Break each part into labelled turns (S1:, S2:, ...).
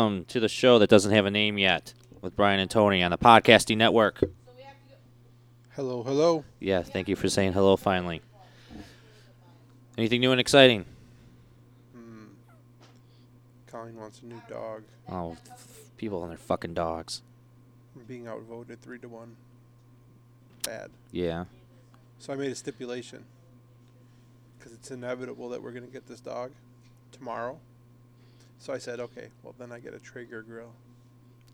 S1: Welcome to the show that doesn't have a name yet with Brian and Tony on the Podcasting Network.
S2: Hello, hello.
S1: Yeah, thank you for saying hello finally. Anything new and exciting?
S2: Mm. Colleen wants a new dog.
S1: Oh, f- people and their fucking dogs.
S2: I'm being outvoted three to one. Bad.
S1: Yeah.
S2: So I made a stipulation because it's inevitable that we're gonna get this dog tomorrow. So I said, okay, well then I get a Traeger grill,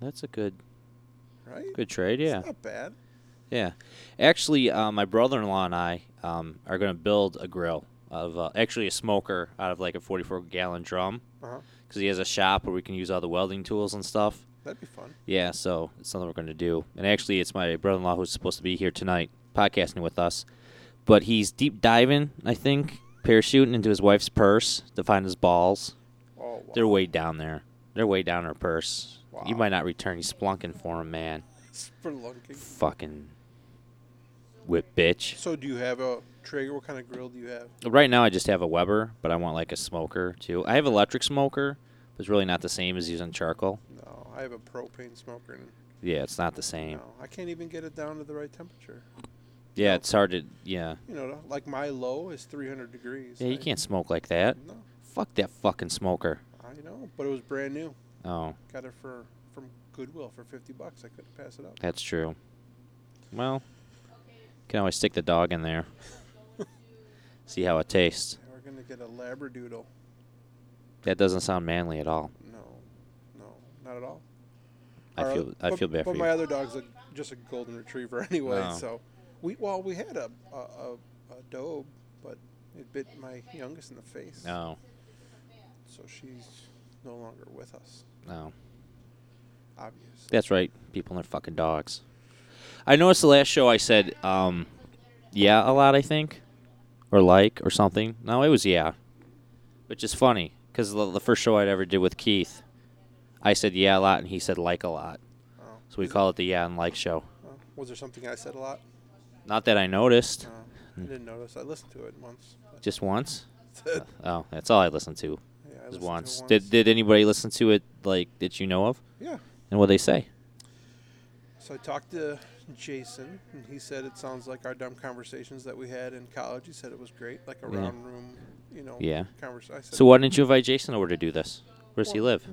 S1: That's a good
S2: right?
S1: good trade, yeah.
S2: It's not bad.
S1: Yeah, actually, uh, my brother-in-law and I um, are going to build a grill out of uh, actually a smoker out of like a 44 gallon drum
S2: Uh-huh.
S1: because he has a shop where we can use all the welding tools and stuff.
S2: That'd be fun.
S1: Yeah, so it's something we're going to do. And actually, it's my brother-in-law who's supposed to be here tonight podcasting with us, but he's deep diving, I think, parachuting into his wife's purse to find his balls.
S2: Oh, wow.
S1: They're way down there. They're way down her purse. You
S2: Wow.
S1: might not return. He's splunking for him, man.
S2: for lunking.
S1: Fucking whip, bitch.
S2: So do you have a Traeger? What kind of grill do you have?
S1: Right now, I just have a Weber, but I want like a smoker too. I have electric smoker, but it's really not the same as using charcoal.
S2: No, I have a propane smoker. And
S1: Yeah, it's not the same.
S2: no, I can't even get it down to the right temperature.
S1: Yeah, it's hard to. Yeah,
S2: You know, like my low is 300 degrees.
S1: yeah, you
S2: I-
S1: can't smoke like that.
S2: No,
S1: Fuck that fucking smoker.
S2: I know, but it was brand new.
S1: Oh,
S2: Got it for from Goodwill for 50 bucks. I couldn't pass it up.
S1: that's true. Well, can always stick the dog in there. See how it tastes.
S2: We're gonna get a labradoodle.
S1: That doesn't sound manly at all.
S2: No, no, not at all.
S1: I
S2: Our
S1: feel
S2: oth-
S1: I
S2: but-
S1: feel bad
S2: But
S1: for
S2: my
S1: you.
S2: other dog's a, just a golden retriever anyway.
S1: No.
S2: So we well we had a a, a a dobe, but it bit my youngest in the face.
S1: No,
S2: So she's no longer with us.
S1: no.
S2: Obvious.
S1: That's right. People and their fucking dogs. I noticed the last show I said, um, yeah, a lot, I think, or like, or something. No, it was yeah, which is funny because the, the first show I'd ever did with Keith, I said yeah a lot and he said like a lot.
S2: Oh.
S1: So we call it the yeah and like show.
S2: Oh. Was there something I said a lot?
S1: Not that I noticed,
S2: No, I didn't notice. I listened to it once. but-
S1: Mm. just once.
S2: yeah,
S1: Oh, that's all I listened to
S2: Uh, I listened to
S1: was
S2: it
S1: once. Did did anybody listen to it like that you know of?
S2: yeah.
S1: And what they say?
S2: So I talked to Jason, and he said it sounds like our dumb conversations that we had in college. He said it was great, like a
S1: Yeah.
S2: round room, you know,
S1: Yeah.
S2: conversation.
S1: So why didn't you invite Jason over to do this? Where does he live?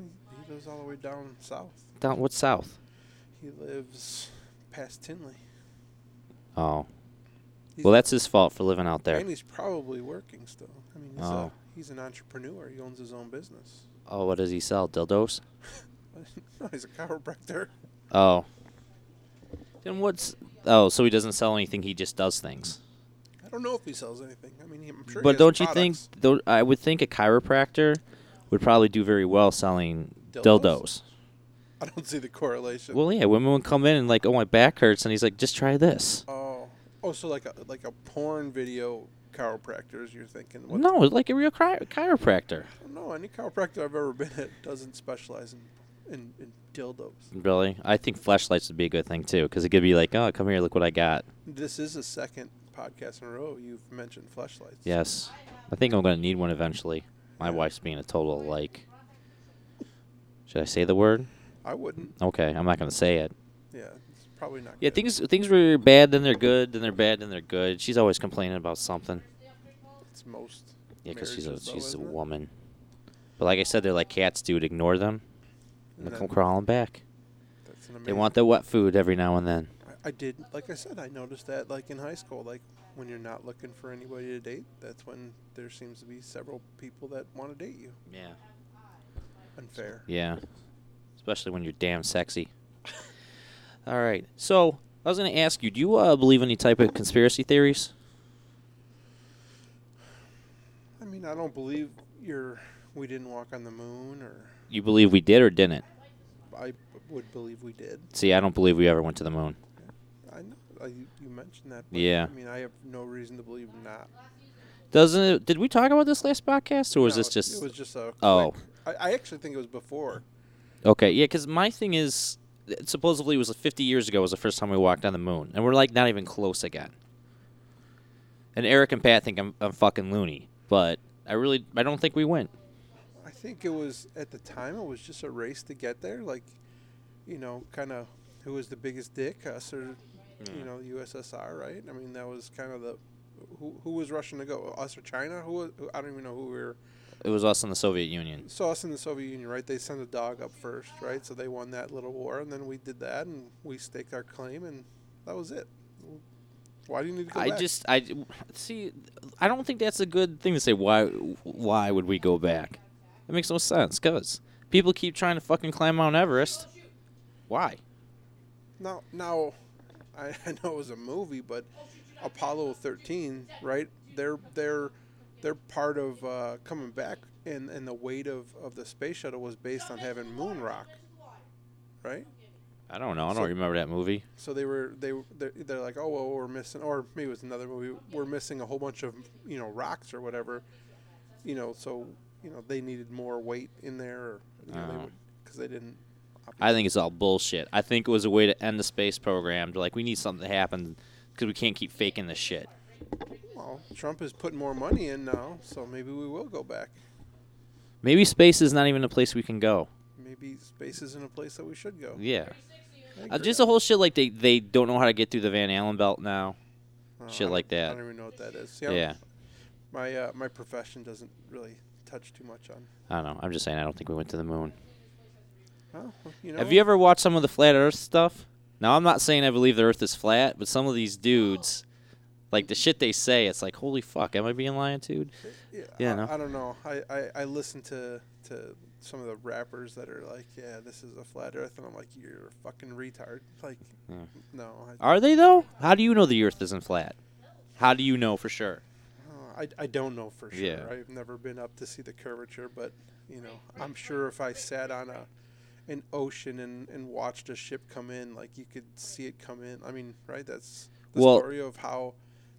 S2: He lives all the way down south.
S1: Down what's south?
S2: He lives past Tinley.
S1: Oh,
S2: He's-
S1: Well, that's his fault for living out there.
S2: and he's probably working still. I mean, he's,
S1: Oh.
S2: a, he's an entrepreneur. He owns his own business.
S1: Oh, what does he sell? Dildos?
S2: no, he's a chiropractor.
S1: Oh. Then what's. Oh, so he doesn't sell anything, he just does things.
S2: I don't know if he sells anything. I mean, he- I'm sure. he
S1: but
S2: has
S1: don't you think.
S2: products.
S1: Though, I would think a chiropractor would probably do very well selling dildos.
S2: Dildos? I don't see the correlation.
S1: Well, yeah, women would come in and, like, oh, my back hurts. And he's like, just try this.
S2: oh, oh, so like a like a porn video chiropractors. You're thinking? What
S1: No, like a real chiro- chiropractor.
S2: No, any chiropractor I've ever been at doesn't specialize in in, in dildos.
S1: Really? I think flashlights would be a good thing, too, because it could be like, oh, come here, look what I got.
S2: This is the second podcast in a row you've mentioned flashlights.
S1: Yes. I think I'm going to need one eventually. My wife's being a total, like. Should I say the word?
S2: I wouldn't.
S1: Okay, I'm not gonna say it.
S2: Yeah, it's probably not.
S1: Yeah,
S2: good.
S1: things things were bad, then they're good, then they're bad, then they're good. She's always complaining about something.
S2: it's most.
S1: Yeah, because she's a
S2: marriages, though,
S1: she's a
S2: isn't it?
S1: woman. But like I said, they're like cats, dude. Ignore them, and
S2: And
S1: they
S2: then
S1: come crawling back.
S2: that's an
S1: They
S2: amazing-
S1: want their wet food every now and then.
S2: I, I did. Like I said, I noticed that like in high school, like when you're not looking for anybody to date, that's when there seems to be several people that want to date you.
S1: Yeah.
S2: Unfair.
S1: Yeah. Especially when you're damn sexy. All right. So I was gonna ask you, do you uh, believe any type of conspiracy theories?
S2: I mean, I don't believe you're. We didn't walk on the moon, or
S1: You believe we did or didn't?
S2: I b- would believe we did.
S1: See, I don't believe we ever went to the moon.
S2: I know I, you you mentioned that.
S1: Yeah.
S2: I mean, I have no reason to believe not.
S1: Doesn't it? Did we talk about this last podcast, or was
S2: No,
S1: this just?
S2: It was just a.
S1: Oh.
S2: quick- I, I actually think it was before.
S1: Okay, yeah, because my thing is, it supposedly was 50 years ago was the first time we walked on the moon, and we're like not even close again. And Eric and Pat think I'm, I'm fucking loony, but I really I don't think we went.
S2: I think it was at the time it was just a race to get there, like, you know, kind of who was the biggest dick, us or you know the USSR, right? I mean that was kind of the who who was rushing to go, us or China? Who, wa- who I don't even know who we were.
S1: It was us in the Soviet Union.
S2: So us in the Soviet Union, right? They sent a dog up first, right? So they won that little war, and then we did that, and we staked our claim, and that was it. Why do you need to go
S1: I
S2: back?
S1: just I see. I don't think that's a good thing to say. Why why would we go back? It makes no sense. Cause people keep trying to fucking climb Mount Everest. Why?
S2: Now, now, I, I know it was a movie, but Apollo 13, right? They're they're they're part of uh, coming back, and and the weight of of the space shuttle was based on having moon rock, right?
S1: I don't know. I don't
S2: So-
S1: remember that movie.
S2: So they were they they're, they're like, oh well, we're missing, or maybe it was another movie. We're missing a whole bunch of you know rocks or whatever, you know. So you know they needed more weight in there, or you know, they
S1: Oh.
S2: would because they didn't.
S1: I think it's all bullshit. I think it was a way to end the space program. To like, we need something to happen because we can't keep faking this shit.
S2: Well, Trump is putting more money in now, so maybe we will go back.
S1: Maybe space is not even a place we can go.
S2: maybe space isn't a place that we should go.
S1: Yeah,
S2: I
S1: uh, just the whole shit like they they don't know how to get through the Van Allen belt now.
S2: Oh,
S1: shit
S2: I
S1: like
S2: don't- I
S1: that.
S2: don't even know what that is. See,
S1: Yeah,
S2: I'm- My uh, my profession doesn't really touch too much on.
S1: I don't know. I'm just saying. I don't think we went to the moon.
S2: Well, you know.
S1: Have you ever watched some of the flat Earth stuff? Now I'm not saying I believe the Earth is flat, but some of these dudes, like the shit they say, it's like holy fuck, am I being lying to?
S2: Yeah.
S1: yeah,
S2: I,
S1: no.
S2: I don't know. I, I, I listen to to some of the rappers that are like, yeah, this is a flat Earth, and I'm like, you're a fucking retard. Like,
S1: Yeah.
S2: no, I,
S1: Are they though? How do you know the Earth isn't flat? How do you know for sure?
S2: oh, I I don't know for sure.
S1: Yeah.
S2: I've never been up to see the curvature, but you know, I'm sure if I sat on a an ocean and, and watched a ship come in, like you could see it come in. I mean, right? That's the
S1: Well-
S2: story of how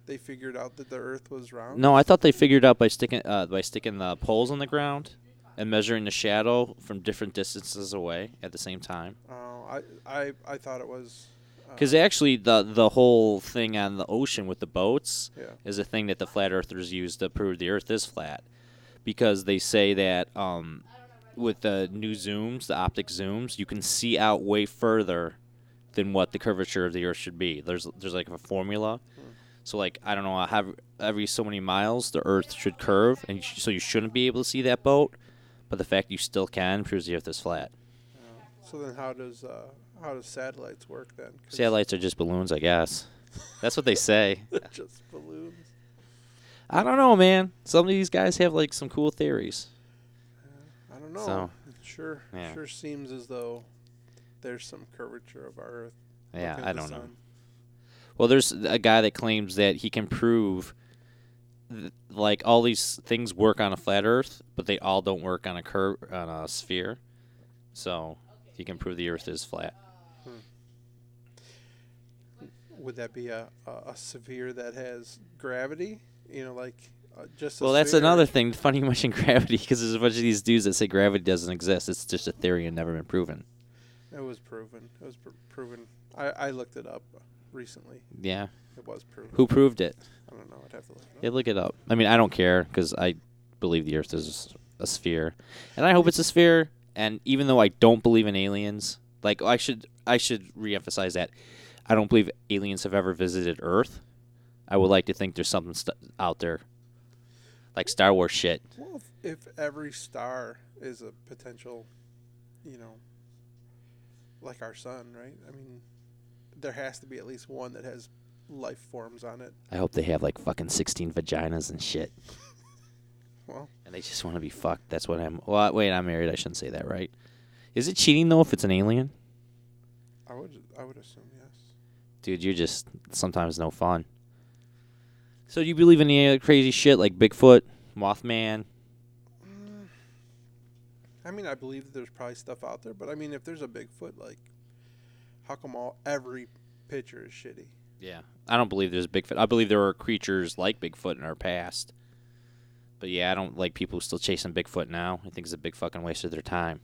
S2: they figured out that the Earth was round.
S1: No, I thought they figured out by sticking uh, by sticking the poles on the ground and measuring the shadow from different distances away at the same time.
S2: Oh, I, I I thought it was. uh,
S1: Because actually, the the whole thing on the ocean with the boats
S2: Yeah.
S1: is a thing that the flat earthers use to prove the Earth is flat, because they say that um, with the new zooms, the optic zooms, you can see out way further than what the curvature of the Earth should be. There's there's like a formula, so like I don't know, I have every so many miles the Earth should curve, and you sh- so you shouldn't be able to see that boat, but the fact you still can proves the Earth is flat.
S2: So then, how does uh, how does satellites work then? 'Cause
S1: Satellites are just balloons, I guess. That's what they say.
S2: they're just balloons.
S1: I don't know, man. Some of these guys have like some cool theories.
S2: I don't know.
S1: So,
S2: It sure,
S1: yeah.
S2: sure seems as though there's some curvature of our Earth.
S1: Yeah,
S2: looking at
S1: I
S2: the
S1: don't know.
S2: sun.
S1: Well, there's a guy that claims that he can prove th- like all these things work on a flat earth, but they all don't work on a curve on a sphere. So, he can prove the earth is flat.
S2: Would that be a, a, a sphere that has gravity? You know, like uh, just.
S1: Well,
S2: a
S1: that's
S2: sphere?
S1: another thing. Funny you mentioned gravity because there's a bunch of these dudes that say gravity doesn't exist. It's just a theory and never been proven.
S2: It was proven. It was pr- proven. I, I looked it up recently.
S1: Yeah.
S2: It was proven.
S1: Who proved it?
S2: I don't know. I'd have to look it up.
S1: Yeah, look it up. I mean, I don't care because I believe the Earth is a sphere, and I hope it's a sphere. And even though I don't believe in aliens, like I should, I should reemphasize that I don't believe aliens have ever visited Earth. I would like to think there's something st- out there, like Star Wars shit.
S2: Well, if, if every star is a potential, you know, like our sun, right? I mean, there has to be at least one that has life forms on it.
S1: I hope they have like fucking sixteen vaginas and shit,
S2: Well,
S1: and they just want to be fucked. That's what I'm. Well, wait, I'm married. I shouldn't say that, right? Is it cheating though if it's an alien?
S2: I would I would assume yes.
S1: dude, you're just sometimes no fun. So do you believe in any other crazy shit like Bigfoot, Mothman?
S2: I mean, I believe that there's probably stuff out there, but I mean, if there's a Bigfoot, like, how come all every picture is shitty?
S1: Yeah, I don't believe there's Bigfoot. I believe there were creatures like Bigfoot in our past. But yeah, I don't like people still chasing Bigfoot now. I think it's a big fucking waste of their time.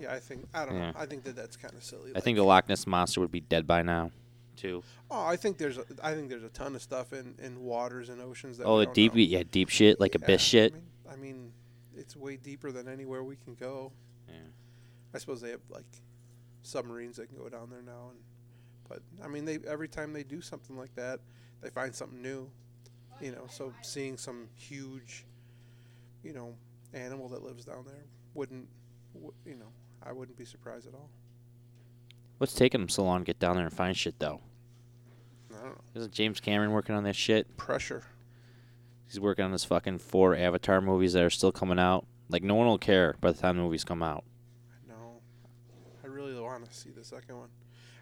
S2: Yeah, I think I don't
S1: Yeah.
S2: know. I think that that's kind of silly.
S1: I
S2: like-
S1: think the Loch Ness monster would be dead by now, too.
S2: Oh, I think there's a, I think there's a ton of stuff in in waters and oceans that.
S1: Oh,
S2: we
S1: the
S2: don't
S1: deep,
S2: know.
S1: yeah, deep shit like
S2: Yeah,
S1: abyss shit.
S2: I mean, I mean, it's way deeper than anywhere we can go.
S1: Yeah.
S2: I suppose they have like submarines that can go down there now, and but I mean, they every time they do something like that, they find something new. You know, so seeing some huge, you know, animal that lives down there wouldn't, wou- you know, I wouldn't be surprised at all.
S1: What's taking them so long to get down there and find shit though?
S2: I don't know.
S1: Isn't James Cameron working on that shit?
S2: Pressure.
S1: He's working on his fucking four Avatar movies that are still coming out. Like no one will care by the time the movies come out.
S2: No, I really want to see the second one.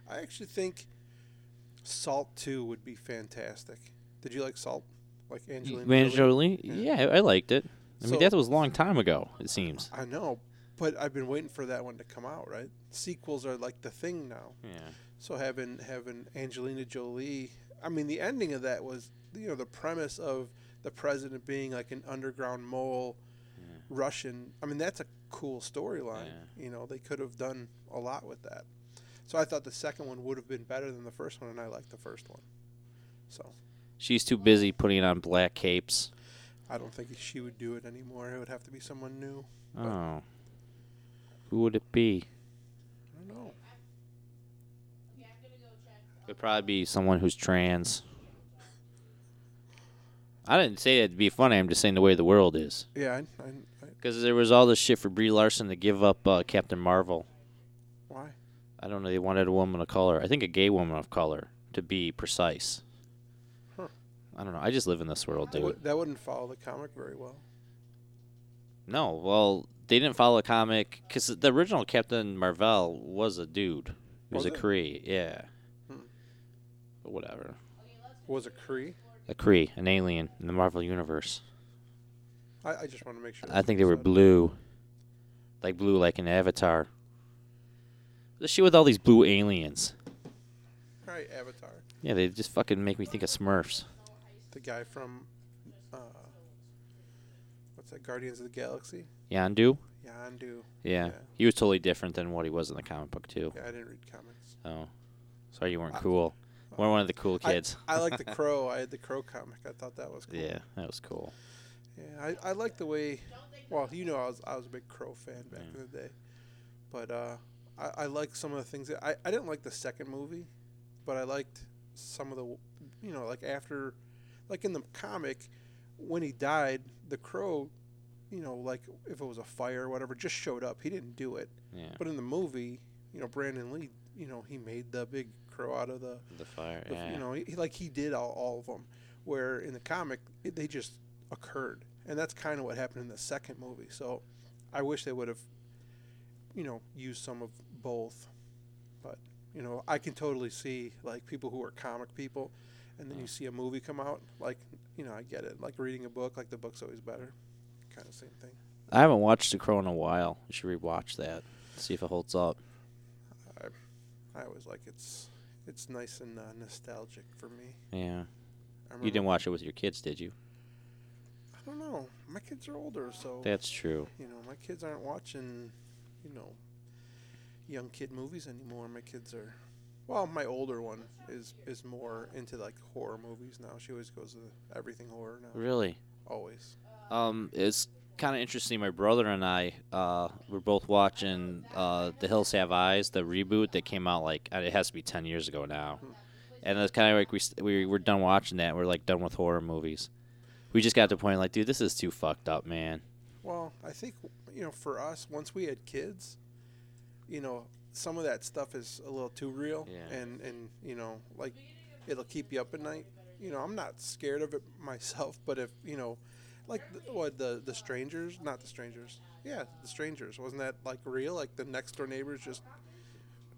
S2: I actually think Salt Two would be fantastic. Did you like Salt? Like Angelina.
S1: Man,
S2: Jolie?
S1: Jolie?
S2: Yeah.
S1: Yeah, I liked it. I
S2: So-
S1: mean, that was a long time ago. It seems.
S2: I know, but I've been waiting for that one to come out. Right? Sequels are like the thing now.
S1: Yeah.
S2: So having having Angelina Jolie, I mean, the ending of that was you know the premise of the president being like an underground mole, Russian. I mean, that's a cool storyline. You know, they could have done a lot with that. So I thought the second one would have been better than the first one, and I liked the first one. So
S1: She's too busy putting on black capes.
S2: I don't think she would do it anymore. It would have to be someone new.
S1: Oh. Who would it be?
S2: I don't know.
S1: It'd probably be someone who's trans. I didn't say that to be funny. I'm just saying the way the world is.
S2: Yeah, I, I, I,
S1: Because there was all this shit for Brie Larson to give up uh, Captain Marvel.
S2: why?
S1: I don't know. They wanted a woman of color. I think a gay woman of color, to be precise.
S2: Huh.
S1: I don't know. I just live in this world, dude.
S2: Wou- That wouldn't follow the comic very well.
S1: No, well, they didn't follow a comic because the original Captain Marvel was a dude. He was,
S2: Was
S1: a
S2: it?
S1: Kree, yeah.
S2: Hmm.
S1: But whatever.
S2: Was it Cree?
S1: A Kree, an alien in the Marvel universe.
S2: I, I just want to make sure.
S1: I think they were blue, like blue, like an Avatar. The shit with all these blue aliens.
S2: All right, Avatar.
S1: Yeah, they just fucking make me think of Smurfs.
S2: the guy from uh, what's that Guardians of the Galaxy
S1: Yandu.
S2: Yondu
S1: Yeah.
S2: Yeah.
S1: He was totally different than what he was in the comic book too.
S2: yeah I didn't read comics
S1: Oh. Sorry you weren't
S2: I-
S1: cool. We're one of the cool
S2: I-
S1: kids.
S2: I like the Crow I had the Crow comic I thought that was cool
S1: yeah, that was cool.
S2: yeah I, I like the way well you know I was I was a big Crow fan back in the day but uh, I, I like some of the things that I, I didn't like the second movie but I liked some of the you know like after like in the comic when he died the Crow you know like if it was a fire or whatever just showed up he didn't do it
S1: Yeah.
S2: But in the movie, you know, Brandon Lee, you know, he made the big crow out of the,
S1: The fire.
S2: the-
S1: Yeah.
S2: you know, he, like he did all, all of them. Where in the comic, it, they just occurred, and that's kind of what happened in the second movie. So, I wish they would have, you know, used some of both. But you know, I can totally see like people who are comic people, and then you see a movie come out. Like, you know, I get it. Like reading a book, like the book's always better. Kind of same thing.
S1: I haven't watched The Crow in a while. You should rewatch that. See if it holds up.
S2: I always like it's it's nice and uh, nostalgic for me.
S1: Yeah.
S2: I
S1: You
S2: remember-
S1: didn't watch it with your kids, did you?
S2: I don't know. My kids are older, so
S1: That's true.
S2: you know my kids aren't watching, you know, young kid movies anymore. My kids are, well, my older one is is more into like horror movies now. She always goes to everything horror now.
S1: Really?
S2: Always.
S1: Um, it's kind of interesting. My brother and I uh, were both watching uh, The Hills Have Eyes, the reboot that came out like uh, it has to be ten years ago now, and it's kind of like we st- we were done watching that. We're like done with horror movies. We just got to the point like, dude, this is too fucked up, man.
S2: Well, I think you know for us once we had kids, you know some of that stuff is a little too real,
S1: Yeah.
S2: and and you know like it'll keep you up at night. You know I'm not scared of it myself, but if you know, like the, what the the strangers, not the strangers, yeah, the strangers wasn't that like real? Like the next door neighbors just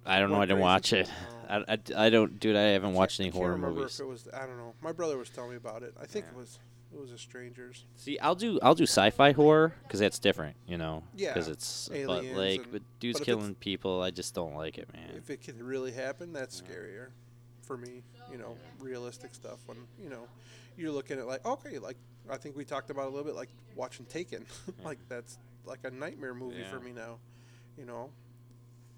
S1: I don't know.
S2: Went
S1: I didn't
S2: crazy?
S1: watch it. I, I, I don't, dude. I haven't watched
S2: I
S1: any
S2: can't
S1: horror
S2: remember
S1: movies.
S2: If it was I don't know. My brother was telling me about it. I think it
S1: Yeah.
S2: was it was the strangers.
S1: See, I'll do I'll do sci-fi horror because that's different, you know.
S2: Yeah,
S1: Because it's but
S2: aliens
S1: like
S2: and-
S1: but dudes
S2: but if it's-
S1: killing people, I just don't like it, man.
S2: if it can really happen, that's scarier for me. You know, realistic stuff when you know you're looking at like okay, like I think we talked about a little bit like watching Taken, like that's like a nightmare movie for
S1: Yeah.
S2: me now. You know,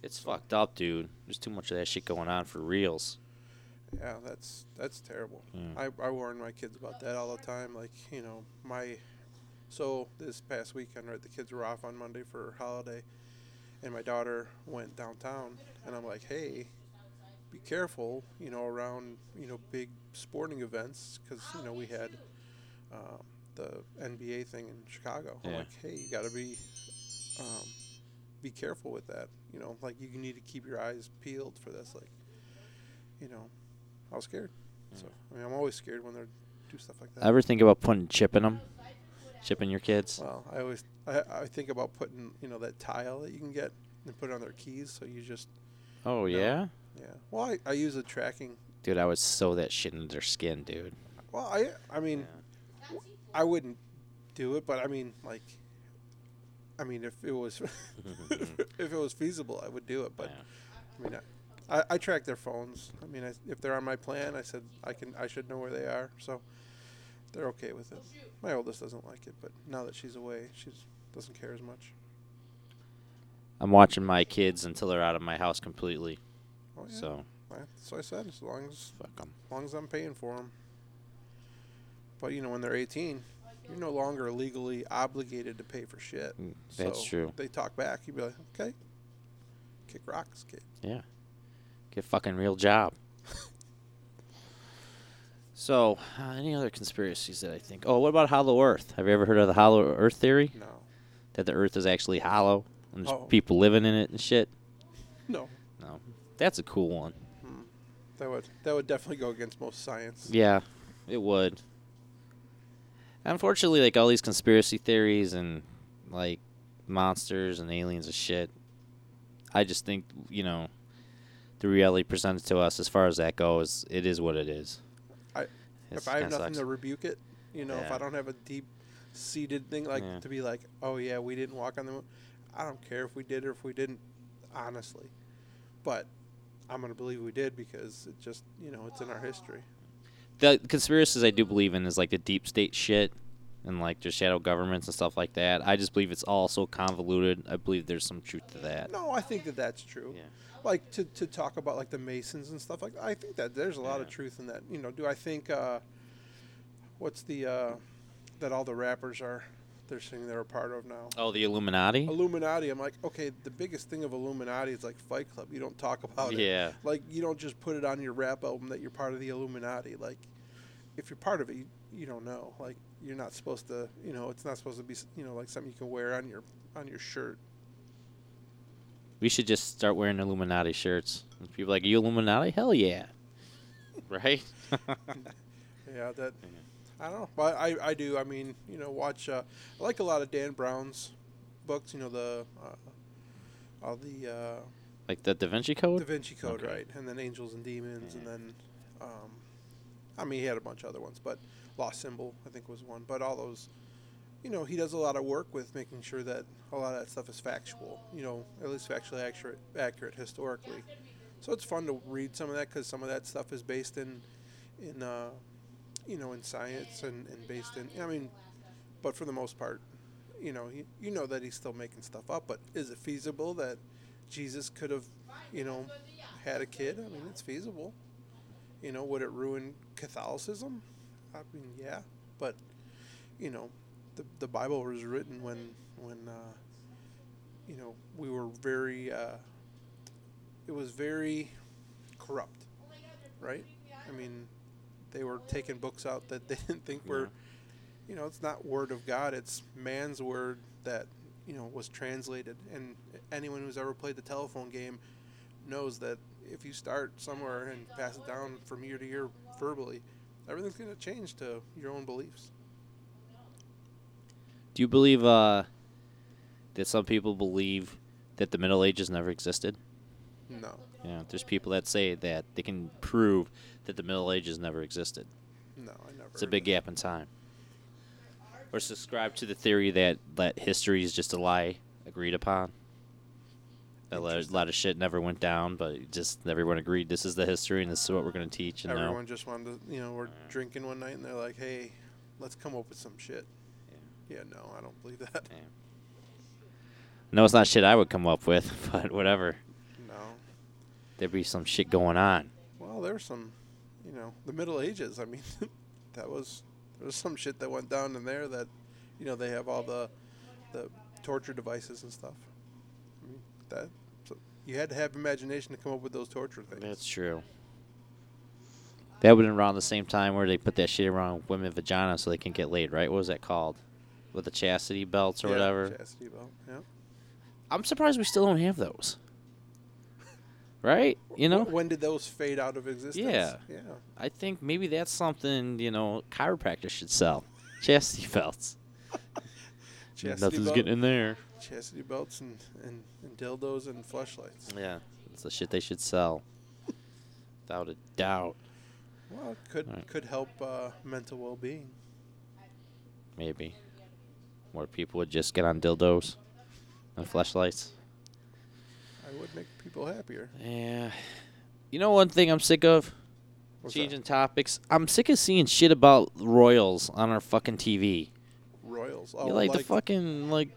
S1: It's fucked up, dude. There's too much of that shit going on for reals.
S2: yeah, that's that's terrible.
S1: Yeah.
S2: I I warn my kids about that all the time. Like you know my So this past weekend, right, the kids were off on Monday for holiday, and my daughter went downtown, and I'm like, hey, be careful, you know, around you know big sporting events because you know we had um, the NBA thing in Chicago. I'm
S1: Yeah.
S2: like, hey, you got to be um, be careful with that. You know, like you need to keep your eyes peeled for this. Like, you know, I was scared. So I mean, I'm always scared when they do stuff like that.
S1: Ever think about putting chip in them? Chipping your kids?
S2: Well, I always I, I think about putting you know that tile that you can get and put it on their keys. So you just
S1: Oh yeah,
S2: yeah. Well, I, I use a tracking.
S1: dude. I would sew that shit into their skin, dude.
S2: Well, I I mean, I wouldn't do it, but I mean like. I mean, if it was if it was feasible, I would do it. But
S1: Yeah.
S2: I mean, I, I, I track their phones. I mean, I, if they're on my plan, I said I can I should know where they are, so they're okay with it. My oldest doesn't like it, but now that she's away, she doesn't care as much.
S1: I'm watching my kids until they're out of my house completely.
S2: Oh, yeah.
S1: So
S2: That's what I said. As long as
S1: fuck them.
S2: as long as I'm paying for them. But you know, when they're 18, you're no longer legally obligated to pay for shit.
S1: Mm, That's
S2: So
S1: true.
S2: if They talk back. You'd be like, okay, kick rocks, kid.
S1: Yeah. Get a fucking real job. so, uh, any other conspiracies that I think? Oh, what about Hollow Earth? Have you ever heard of the Hollow Earth theory?
S2: No,
S1: That the Earth is actually hollow and there's
S2: Oh.
S1: people living in it and shit?
S2: no,
S1: No. That's a cool one.
S2: Hmm. that would that would definitely go against most science.
S1: Yeah, it would. Unfortunately, like all these conspiracy theories and like monsters and aliens and shit, I just think you know the reality presented to us as far as that goes, it is what it is.
S2: I-
S1: It's
S2: if I have
S1: kinda
S2: nothing to
S1: sucks.
S2: rebuke it, you know, if
S1: Yeah.
S2: I don't have a deep seated thing like
S1: Yeah.
S2: to be like, oh yeah, we didn't walk on the moon. I don't care if we did or if we didn't, honestly. But I'm gonna believe we did because it just you know it's in our history.
S1: the conspiracies I do believe in is like the deep state shit and like just shadow governments and stuff like that. I just believe it's all so convoluted. I believe there's some truth to that.
S2: No, I think that that's true.
S1: Yeah.
S2: Like to, to talk about like the Masons and stuff like that. I think that there's a lot of
S1: Yeah.
S2: truth in that. You know, do I think uh, what's the uh, that all the rappers are they're saying they're a part of now?
S1: Oh, the Illuminati.
S2: Illuminati. I'm like, okay, the biggest thing of Illuminati is like Fight Club. You don't talk about it.
S1: Yeah.
S2: Like you don't just put it on your rap album that you're part of the Illuminati. Like if you're part of it, you, you don't know. Like you're not supposed to. You know, it's not supposed to be. s- You know, like something you can wear on your on your shirt.
S1: We should just start wearing Illuminati shirts. People are like, you Illuminati? Hell yeah. right?
S2: Yeah, that. I don't know, but I, I do. I mean, you know, watch. Uh, I like a lot of Dan Brown's books. You know the uh, all the uh,
S1: like the Da Vinci
S2: Da
S1: Code?
S2: Vinci Code,
S1: Okay.
S2: right? And then Angels and Demons, and
S1: Yeah.
S2: then, um, I mean, he had a bunch of other ones, but Lost Symbol, I think, was one. But all those, you know, he does a lot of work with making sure that a lot of that stuff is factual, you know, at least factually accurate, accurate historically. So it's fun to read some of that because some of that stuff is based in, in, uh, you know, in science and, and based in, I mean, but for the most part, you know, you, you know that he's still making stuff up, but is it feasible that Jesus could have, you know, had a kid? I mean, it's feasible. You know, would it ruin Catholicism? I mean, yeah, but you know, the the Bible was written when when uh, you know we were very uh, it was very corrupt, right? I mean, they were taking books out that they didn't think were
S1: Yeah.
S2: you know, it's not word of God, it's man's word that, you know, was translated. And anyone who's ever played the telephone game knows that if you start somewhere and pass it down from year to year verbally, everything's going to change to your own beliefs.
S1: Do you believe uh, that some people believe that the Middle Ages never existed?
S2: No,
S1: Yeah, there's people that say that they can prove that the Middle Ages never existed.
S2: no, I never.
S1: It's a big gap in time. Or subscribe to the theory that, that history is just a lie agreed upon. That a lot of- lot of shit never went down, but just everyone agreed this is the history and this is what we're going to teach. And
S2: Everyone
S1: now,
S2: just wanted to, you know, we're drinking one night and they're like, hey, let's come up with some shit. Yeah, no, I don't believe that.
S1: Yeah. no, it's not shit I would come up with, but whatever.
S2: No.
S1: There'd be some shit going on.
S2: Well, there's some, you know, the Middle Ages. I mean, that was there was some shit that went down in there that, you know they have all the the torture devices and stuff. I mean, that so you had to have imagination to come up with those torture things.
S1: That's true. That would have been around the same time where they put that shit around women vaginas so they can get laid, right? What was that called? With the chastity belts or
S2: Yeah,
S1: whatever.
S2: chastity belt, yeah.
S1: I'm surprised we still don't have those. Right? You know?
S2: when did those fade out of existence?
S1: Yeah.
S2: yeah.
S1: I think maybe that's something, you know, chiropractors should sell. Chastity belts.
S2: Chastity,
S1: Nothing's
S2: belt,
S1: getting in there.
S2: chastity belts and, and, and dildos and flashlights.
S1: Yeah. That's the shit they should sell. Without a doubt.
S2: Well, it could
S1: Alright.
S2: could help uh, mental well being.
S1: Maybe. More people would just get on dildos and flashlights.
S2: I would make people happier.
S1: Yeah. You know one thing I'm sick of?
S2: What's that?
S1: Changing topics. I'm sick of seeing shit about Royals on our fucking TV.
S2: Royals. Oh,
S1: you like, the fucking like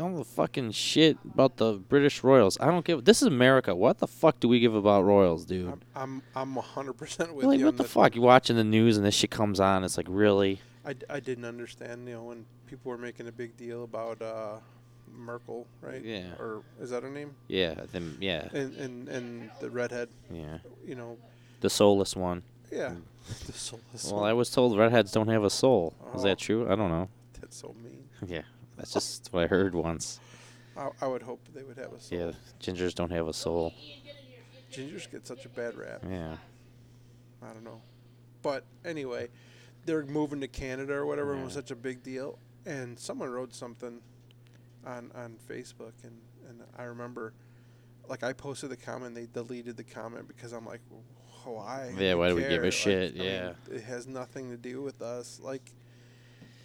S1: all the fucking shit about the British Royals. I don't give. This is America. What the fuck do we give about Royals, dude?
S2: I'm I'm I'm 100% with
S1: like,
S2: you.
S1: what
S2: on
S1: the
S2: that.
S1: fuck? You watching the news and this shit comes on. It's like really.
S2: I, d- I didn't understand, you know, when people were making a big deal about uh, Merkel, right?
S1: Yeah.
S2: Or is that her name?
S1: Yeah. Then yeah.
S2: And and and the redhead,
S1: Yeah.
S2: you know,
S1: The soulless one.
S2: yeah. the soulless
S1: Mm. Well,
S2: one.
S1: I was told redheads don't have a soul. Is
S2: Oh.
S1: that true? I don't know.
S2: That's so mean.
S1: Yeah. That's just what I heard once.
S2: I, I would hope they would have a soul.
S1: Yeah. Gingers don't have a soul.
S2: Gingers get such a bad rap.
S1: Yeah.
S2: I don't know. But anyway, they're moving to Canada or whatever. and It was
S1: Yeah.
S2: such a big deal. And someone wrote something on, on Facebook. And, and I remember, like, I posted the comment. They deleted the comment because I'm like, why?
S1: Yeah,
S2: you
S1: why do we give a
S2: care?" Like,
S1: shit?
S2: I mean,
S1: Yeah.
S2: it has nothing to do with us, like,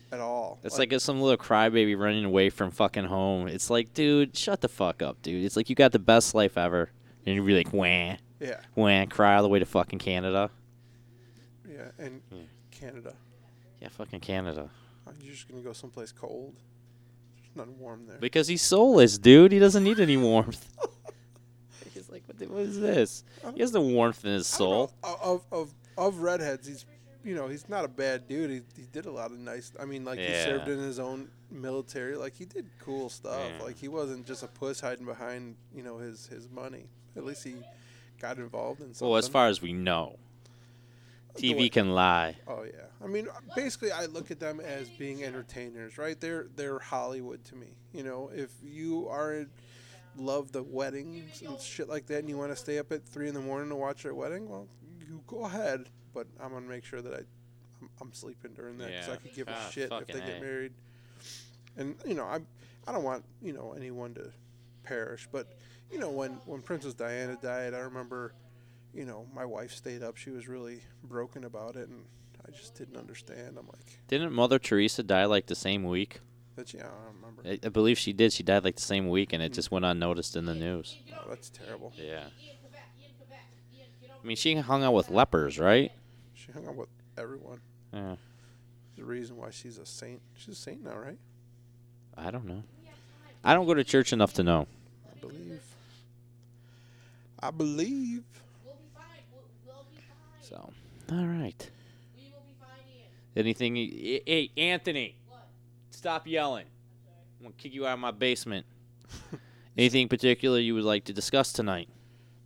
S2: at all.
S1: It's like, it's some little crybaby running away from fucking home. It's like, dude, shut the fuck up, dude. It's like you got the best life ever, and you'd be like, wah,
S2: yeah,
S1: wah, cry all the way to fucking Canada.
S2: yeah. And
S1: Yeah.
S2: Canada.
S1: Yeah, fucking Canada.
S2: Are you just going to go someplace cold? There's nothing warm there.
S1: Because he's soulless, dude. He doesn't need any warmth. he's like, what, the, what is this? He has no warmth in his
S2: I don't
S1: soul.
S2: know, o- of of of redheads, he's you know he's not a bad dude. He, he did a lot of nice. I mean, like he served
S1: Yeah.
S2: in his own military. Like he did cool stuff.
S1: Yeah.
S2: Like he wasn't just a puss hiding behind you know his his money. At least he got involved in something.
S1: Well, as far as we know,
S2: The way-
S1: TV can lie.
S2: Oh yeah. I mean, basically, I look at them as being entertainers, right? They're they're Hollywood to me. You know, if you are love the weddings and shit like that, and you want to stay up at three in the morning to watch their wedding, well, you go ahead. But I'm gonna make sure that I I'm, I'm sleeping during that because I
S1: Yeah.
S2: could give
S1: Ah,
S2: a shit if
S1: fucking
S2: they get
S1: A.
S2: married. And you know, I I don't want you know anyone to perish, but you know when when Princess Diana died, I remember you know, my wife stayed up. She was really broken about it, and I just didn't understand. I'm like,
S1: Didn't Mother Teresa die like the same week?
S2: that's yeah, I don't remember.
S1: I, I believe she did. She died like the same week, and it just went unnoticed in the news.
S2: Wow, Oh, that's terrible.
S1: Yeah. I mean, she hung out with lepers, right?
S2: She hung out with everyone.
S1: Yeah.
S2: The reason why she's a saint. She's a saint now, right?
S1: I don't know. I don't go to church enough to know.
S2: I believe. I believe.
S1: So, all right. Anything? y- Hey, Anthony, stop yelling. I'm gonna kick you out of my basement. Anything in particular you would like to discuss tonight?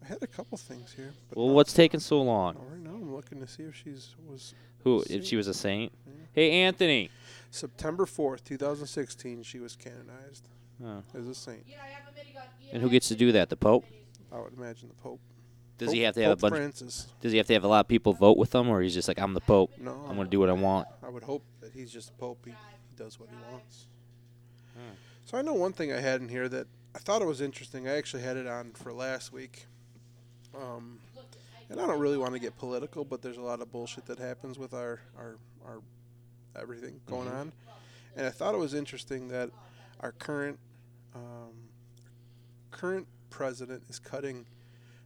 S2: I had a couple things here. But
S1: Well,
S2: not-
S1: what's taking so
S2: not
S1: long?
S2: Right now, I'm looking to see if she's was
S1: Who? If she was a saint? Hey, Anthony.
S2: September 4th, 2016. She was canonized
S1: Oh.
S2: as a saint.
S1: And who gets to do that? The Pope?
S2: I would imagine the Pope.
S1: Does
S2: Pope,
S1: he have to have a
S2: Pope
S1: bunch?
S2: Francis.
S1: Does he have to have a lot of people vote with him, or he's just like, I'm the Pope.
S2: No,
S1: I'm gonna do what I want.
S2: I would hope that he's just Pope. He, he does what he wants. So I know one thing I had in here that I thought it was interesting. I actually had it on for last week. Um, and I don't really want to get political, but there's a lot of bullshit that happens with our, our, our everything going
S1: Mm-hmm.
S2: on. And I thought it was interesting that our current um, current president is cutting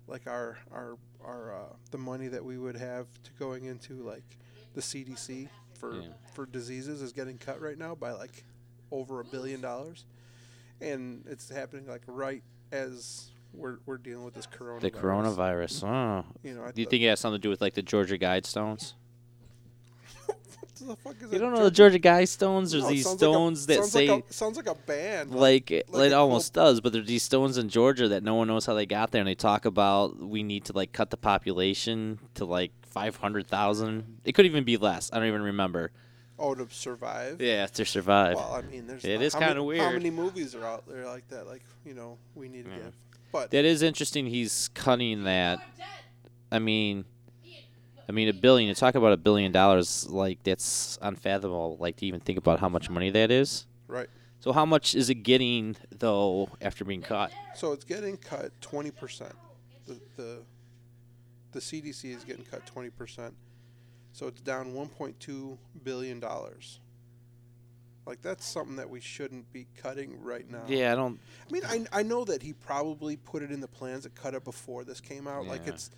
S2: like our our our uh, the money that we would have to going into like the CDC for
S1: Yeah.
S2: for diseases is getting cut right now by like over a billion dollars, and it's happening like right as we're we're dealing with this coronavirus.
S1: The coronavirus. Oh.
S2: You know, I
S1: Do you
S2: thought-
S1: think it has something to do with like the Georgia Guidestones?
S2: what the fuck is
S1: You
S2: a
S1: don't know the
S2: Georgia-
S1: Georgia Guidestones? There's
S2: No, it
S1: these
S2: sounds like a-
S1: stones that
S2: sounds
S1: say
S2: like a, sounds like a band.
S1: like it
S2: like
S1: it
S2: a
S1: almost does, but there's these stones in Georgia that no one knows how they got there, and they talk about we need to like cut the population to like five hundred thousand. It could even be less. I don't even remember.
S2: oh to survive.
S1: Yeah, to survive.
S2: Well, I mean, there's
S1: It
S2: not-
S1: is
S2: how many-
S1: kinda
S2: How
S1: weird.
S2: many movies are out there like that? Like you know, we need to
S1: Yeah.
S2: get. But
S1: that is interesting. He's cutting that. I mean, I mean a billion. To talk about a billion dollars, like that's unfathomable. Like to even think about how much money that is.
S2: right,
S1: So how much is it getting though after being caught?
S2: so it's getting cut twenty percent. The, the the CDC is getting cut twenty percent, so it's down one point two billion dollars. Like that's something that we shouldn't be cutting right now.
S1: Yeah, I don't.
S2: I mean, I, I know that he probably put it in the plans that cut it before this came out. Like
S1: Yeah.
S2: it's,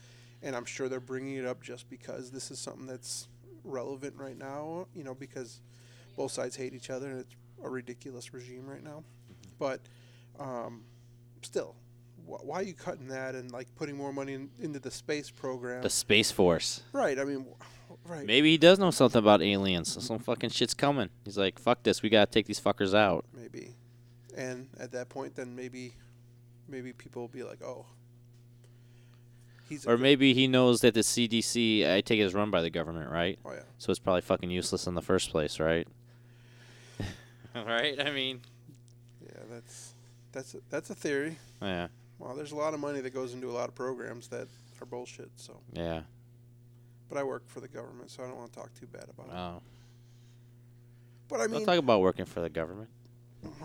S2: and I'm sure they're bringing it up just because this is something that's relevant right now. You know, because both sides hate each other and it's a ridiculous regime right now.
S1: Mm-hmm.
S2: But um, still, wh- why are you cutting that and like putting more money in, into the space program?
S1: The space force.
S2: right. I mean, right. Maybe.
S1: Maybe he does know something about aliens. Some fucking shit's coming. He's like, fuck this. We gotta take these fuckers out.
S2: And at that point, then maybe, maybe people will be like, oh. He's a
S1: Or
S2: good-
S1: maybe he knows that the CDC, I take it, is run by the government, right?
S2: Oh yeah.
S1: So it's probably fucking useless in the first place, right? right. I mean,
S2: Yeah, that's that's a, that's a theory.
S1: yeah,
S2: Well, there's a lot of money that goes into a lot of programs that are bullshit. So,
S1: yeah.
S2: but I work for the government, so I don't want to talk too bad about it.
S1: Oh,
S2: But I
S1: don't
S2: mean,
S1: talk about working for the government.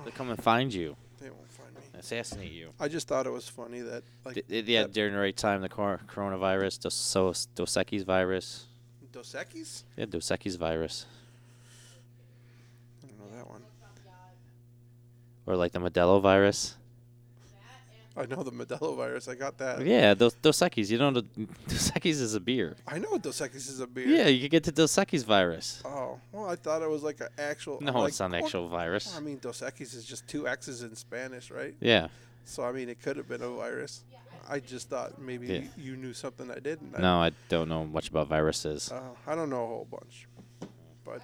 S1: They come and find you,
S2: they won't find me.
S1: assassinate you.
S2: I just thought it was funny that like
S1: D- d- yeah,
S2: that-
S1: during the right time, the cor- coronavirus, Dos Dos- Dos Equis virus.
S2: Dos Equis?
S1: Yeah, Dos Equis virus,
S2: I don't know that one.
S1: or like the Modelo virus.
S2: I know the Modelo virus. I got that.
S1: Yeah, Dos, Dos Equis. You know, the- Dos Equis is a beer.
S2: I know Dos Equis is a beer.
S1: Yeah, you could get the Dos Equis virus.
S2: Oh well, I thought it was like an actual.
S1: No,
S2: like,
S1: it's not an
S2: what-
S1: actual virus.
S2: I mean, Dos Equis is just two X's in Spanish, right?
S1: Yeah,
S2: So I mean, it could have been a virus. I just thought maybe
S1: Yeah.
S2: you, you knew something I didn't. I-
S1: no, I don't know much about viruses.
S2: Uh, I don't know a whole bunch, but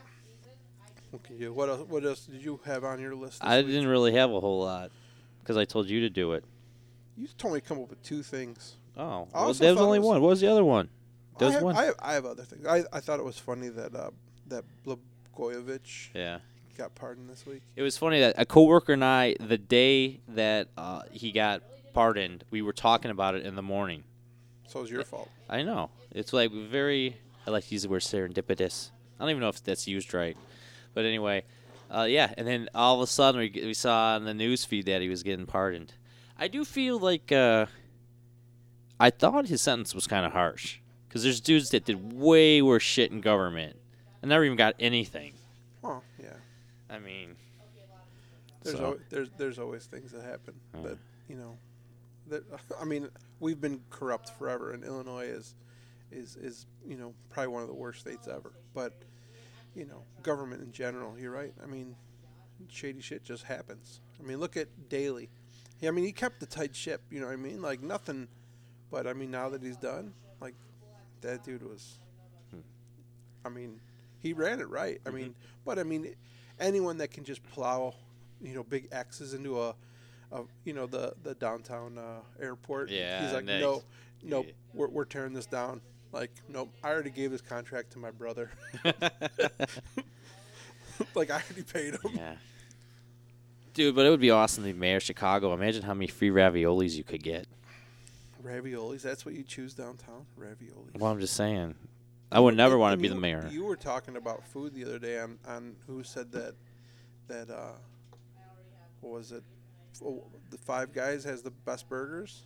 S2: okay. yeah, What else? What else did you have on your list? this
S1: I
S2: week?
S1: didn't really have a whole lot because I told you to do it.
S2: You told me to come up with two things.
S1: Oh,
S2: I
S1: well,
S2: also
S1: there was
S2: thought it
S1: only
S2: was-
S1: one. What was the other one? There
S2: I
S1: was
S2: have,
S1: one.
S2: I have, I have other things. I, I thought it was funny that uh, that Blagojevich
S1: yeah.
S2: got pardoned this week.
S1: It was funny that a coworker and I, the day that uh, he got pardoned, we were talking about it in the morning.
S2: So it's your fault.
S1: I know. It's like very. I like to use the word serendipitous. I don't even know if that's used right, but anyway, uh, yeah. And then all of a sudden, we, we saw on the news feed that he was getting pardoned. I do feel like uh, I thought his sentence was kind of harsh because there's dudes that did way worse shit in government and never even got anything.
S2: Oh yeah.
S1: I mean,
S2: There's
S1: So-
S2: al- there's there's always things that happen that you know. That I mean, we've been corrupt forever, and Illinois is is is you know probably one of the worst states ever. But you know, government in general, you're right. I mean, shady shit just happens. I mean, look at Daley. He, I mean, he kept the tight ship. You know what I mean? Like nothing. But I mean, now that he's done, like that dude was.
S1: Hmm.
S2: I mean, he ran it right.
S1: Mm-hmm.
S2: I mean, but I mean, anyone that can just plow, you know, big X's into a, a you know, the the downtown uh, airport.
S1: Yeah,
S2: He's like,
S1: and they-
S2: no, nope,
S1: yeah.
S2: we're we're tearing this down. Like, nope, I already gave this contract to my brother. like I already paid him.
S1: yeah. Dude, but it would be awesome to be mayor of Chicago. Imagine how many free raviolis you could get.
S2: Raviolis. That's what you choose downtown. Raviolis.
S1: Well, I'm just saying. I would never
S2: And-
S1: want to
S2: and
S1: be the
S2: you-
S1: mayor.
S2: You were talking about food the other day on, on who said that that uh, what was it? Oh, the Five Guys has the best burgers.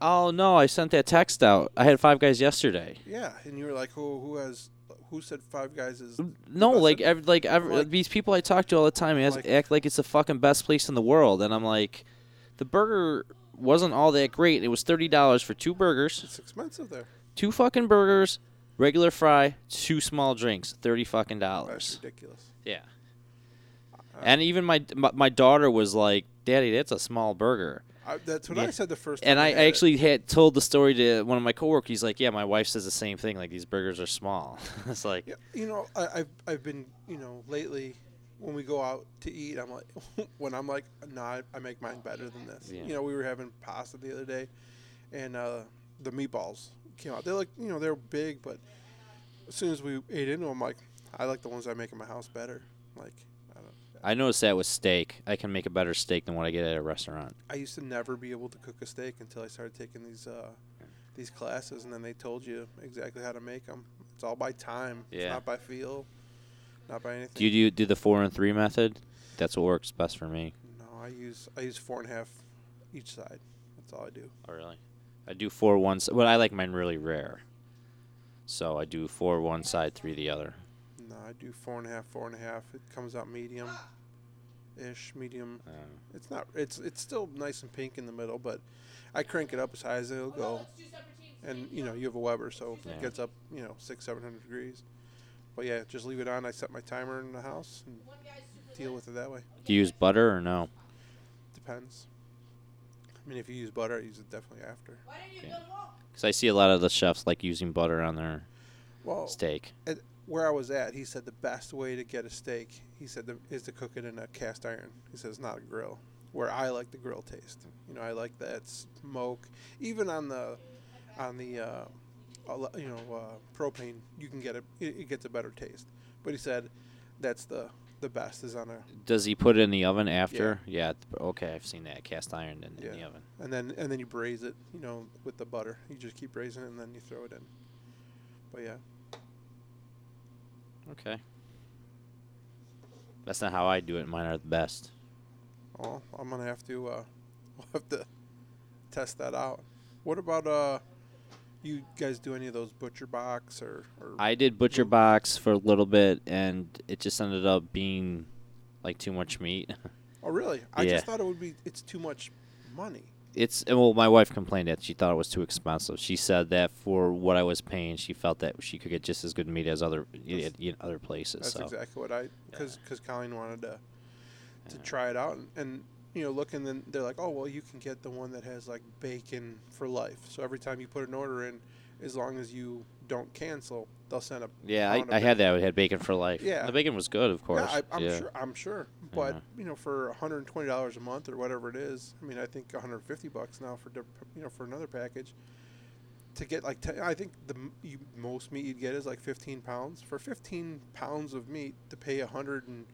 S1: Oh no, I sent that text out. I had five guys yesterday.
S2: Yeah, and you were like, who who has who said Five Guys is?
S1: No,
S2: best-
S1: like ev like, ev
S2: Like-
S1: these people I talk to all the time as,
S2: Like-
S1: act like it's the fucking best place in the world, and I'm like, the burger wasn't all that great. It was thirty dollars for two burgers,
S2: It's expensive there.
S1: two fucking burgers, regular fry, two small drinks, thirty fucking
S2: That's
S1: dollars.
S2: ridiculous.
S1: Yeah. Uh, And even my, my my daughter was like, "Daddy, that's a small burger."
S2: I, that's what
S1: Yeah.
S2: I said the first.
S1: And
S2: time
S1: I
S2: had it.
S1: actually had told the story to one of my coworkers. He's like, "Yeah, my wife says the same thing. Like these burgers are small." it's like,
S2: Yeah, you know, I, I've I've been you know lately when we go out to eat, I'm like when I'm like, nah, I, I make mine better than this.
S1: Yeah.
S2: You know, we were having pasta the other day, and uh, the meatballs came out. They're like you know they're big, but as soon as we ate into them, like I like the ones I make in my house better. Like I don't.
S1: I noticed that with steak. I can make a better steak than what I get at a restaurant.
S2: I used to never be able to cook a steak until I started taking these uh, these classes, and then they told you exactly how to make them. It's all by time.
S1: Yeah.
S2: It's not by feel. Not by anything.
S1: Do you do, do the four and three method? That's what works best for me.
S2: No, I use I use four and a half each side. That's all I do.
S1: Oh, really? I do four one, s- but I like mine really rare. So I do four one side, three the other.
S2: No, I do four and a half, four and a half. It comes out medium, ish, medium.
S1: Uh,
S2: It's not. It's it's still nice and pink in the middle, but I crank it up as high as it'll go. And you know you have a Weber, so
S1: Yeah.
S2: it gets up you know six, seven hundred degrees. But yeah, just leave it on. I set my timer in the house and deal with it that way.
S1: do you use butter or no?
S2: Depends. I mean, if you use butter, I use it definitely after.
S1: Because I see a lot of the chefs like using butter on their Oh.
S2: Well,
S1: steak.
S2: at where I was at, he said the best way to get a steak, he said, the, is to cook it in a cast iron. He says not a grill. Where I like the grill taste, you know, I like that smoke. Even on the, on the, uh, ele- you know, uh, propane, you can get a, it. It gets a better taste. But he said, that's the the best is on a
S1: Does he put it in the oven after? Yeah. th- okay, I've seen that cast iron in, in the
S2: Yeah.
S1: oven.
S2: and then and then you braise it, you know, with the butter. You just keep braising it and then you throw it in. But yeah,
S1: Okay. That's not how I do it. Mine are the best.
S2: Well, I'm gonna have to uh, we'll have to test that out. What about uh, you guys do any of those butcher box or, or
S1: I did butcher
S2: Mm.
S1: box for a little bit, and it just ended up being like too much meat.
S2: oh really? I
S1: Yeah.
S2: just thought it would be it's too much money.
S1: it's and, well, my wife complained that she thought it was too expensive. She said that for what I was paying, she felt that she could get just as good meat as other i-
S2: That's-
S1: i- in other places.
S2: That's
S1: so
S2: exactly what I because because Colleen wanted to to try it out and, and you know look and then they're like oh well you can get the one that has like bacon for life. So every time you put an order in, as long as you don't cancel, they'll send a
S1: yeah,
S2: pound of
S1: I, I had that. I had bacon for life.
S2: Yeah.
S1: the bacon was good, of course.
S2: Yeah, I, I'm
S1: yeah.
S2: sure. I'm sure. But
S1: Yeah.
S2: you know, for 120 dollars a month or whatever it is, I mean, I think 150 bucks now for diff- you know for another package. To get like, te- I think the m- you, most meat you'd get is like 15 pounds. For 15 pounds of meat to pay 100 and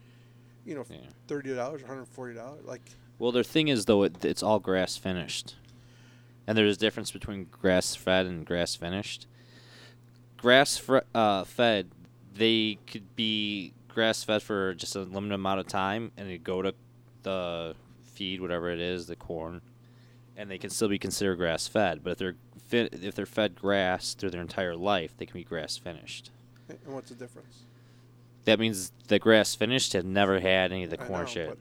S2: you know
S1: Yeah.
S2: 30 dollars, 140 dollars, like
S1: Well, their thing is though, it, it's all grass finished, and there's a difference between grass fed and grass finished. Grass fr- uh, fed, they could be grass fed for just a limited amount of time, and they go to the feed, whatever it is, the corn, and they can still be considered grass fed. But if they're fin- if they're fed grass through their entire life, they can be grass finished.
S2: and what's the difference?
S1: That means the grass finished had never had any of the
S2: I
S1: corn
S2: know,
S1: shit.
S2: but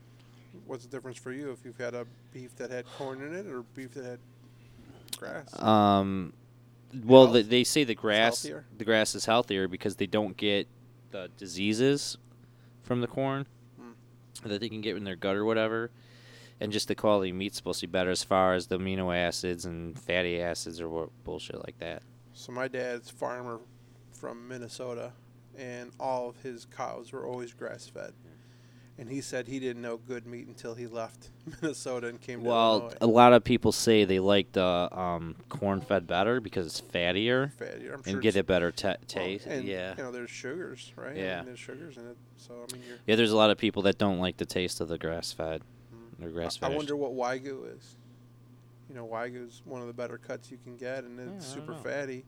S2: What's the difference for you if you've had a beef that had corn in it or beef that had grass?
S1: Um, well,
S2: Health?
S1: they, they say the grass
S2: healthier?
S1: the grass is healthier because they don't get the diseases from the corn
S2: Mm.
S1: that they can get in their gut or whatever, and just the quality of meat's supposed to be better as far as the amino acids and fatty acids or what bullshit like that.
S2: So my dad's farmer from Minnesota, and all of his cows were always grass fed. And he said he didn't know good meat until he left Minnesota and came to
S1: Well,
S2: Illinois.
S1: a lot of people say they like the um, corn fed better because it's fattier
S2: Fatty, I'm sure
S1: and get
S2: it's-
S1: a better ta
S2: well,
S1: taste.
S2: And,
S1: yeah.
S2: you know, there's sugars, right? I mean,
S1: Yeah.
S2: there's sugars in it. So I mean, you're.
S1: Yeah, there's a lot of people that don't like the taste of the grass fed or grass
S2: Hmm. I, I
S1: finished.
S2: wonder what wagyu is. You know, wagyu is one of the better cuts you can get, and it's
S1: Yeah, I
S2: super
S1: dunno.
S2: fatty.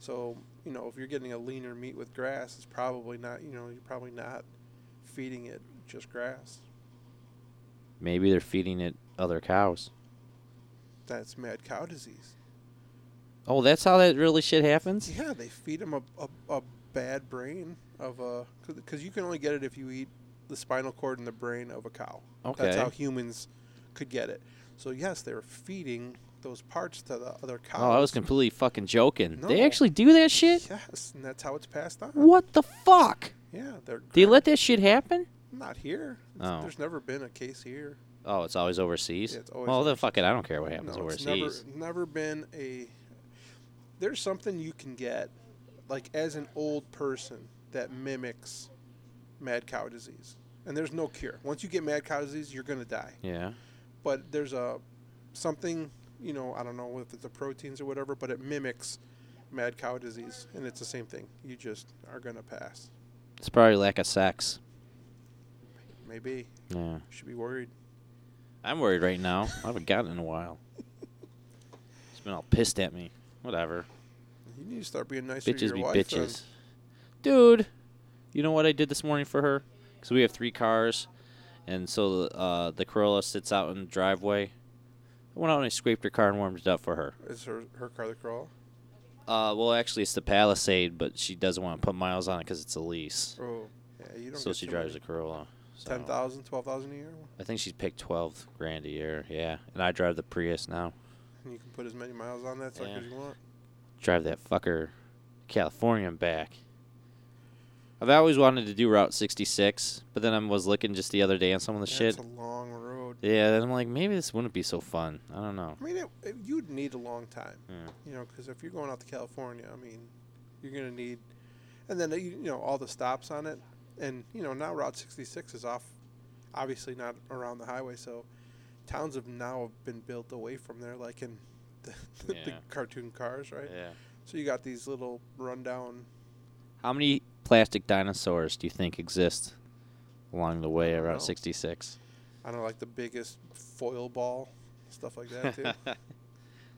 S2: So you know, if you're getting a leaner meat with grass, it's probably not. You know, you're probably not feeding it just grass.
S1: Maybe they're feeding it other cows.
S2: That's mad cow disease.
S1: Oh, that's how that really shit happens?
S2: Yeah, they feed them a, a, a bad brain of a because you can only get it if you eat the spinal cord and the brain of a cow.
S1: Okay.
S2: That's how humans could get it. So yes, they were feeding those parts to the other cows.
S1: Oh, I was completely fucking joking. They
S2: No.
S1: actually do that shit?
S2: Yes, and that's how it's passed on.
S1: What the fuck?
S2: Yeah, they're
S1: They let that shit happen?
S2: not here. It's-
S1: Oh.
S2: There's never been a case here.
S1: Oh, it's always overseas.
S2: Yeah, it's always
S1: well, then fuck it. I don't care what happens
S2: No, it's never
S1: overseas.
S2: never been a. There's something you can get, like as an old person that mimics mad cow disease, and there's no cure. Once you get mad cow disease, you're gonna die.
S1: Yeah.
S2: But there's a something you know I don't know if it's the proteins or whatever, but it mimics mad cow disease, and it's the same thing. You just are gonna pass.
S1: It's probably lack of sex.
S2: Maybe you
S1: Yeah.
S2: should be worried.
S1: I'm worried right now. I haven't gotten in a while. It's been all pissed at me. Whatever.
S2: You need to start being nicer to
S1: bitches
S2: your
S1: be
S2: wife. then.
S1: bitches. Dude, you know what I did this morning for her? Because we have three cars, and so uh, the Corolla sits out in the driveway. I went out and I scraped her car and warmed it up for her.
S2: Is her her car the crawl?
S1: Uh, well, actually, it's the Palisade, but she doesn't want to put miles on it because it's a lease.
S2: Oh, yeah. You don't.
S1: So
S2: get
S1: she
S2: too
S1: drives
S2: many.
S1: the Corolla. So.
S2: Ten thousand, twelve thousand a year,
S1: I think she's picked twelve grand a year. Yeah, and I drive the Prius now.
S2: and you can put as many miles on that sucker
S1: Yeah.
S2: as you want.
S1: drive that fucker California and back. I've always wanted to do Route 66, but then I was looking just the other day on some of the
S2: That's
S1: shit.
S2: a long road.
S1: yeah, then I'm like, maybe this wouldn't be so fun. I don't know.
S2: I mean, it, it- you'd need a long time,
S1: Yeah.
S2: you know, because if you're going out to California, I mean, you're gonna need, and then you you know all the stops on it, and you know now Route 66 is off, obviously not around the highway, so towns have now have been built away from there, like in the, the
S1: Yeah.
S2: cartoon cars, right?
S1: Yeah.
S2: So you got these little rundown
S1: How many plastic dinosaurs do you think exist along the way
S2: I
S1: of
S2: don't
S1: Route
S2: know.
S1: 66?
S2: I don't know, like the biggest foil ball, stuff like that too.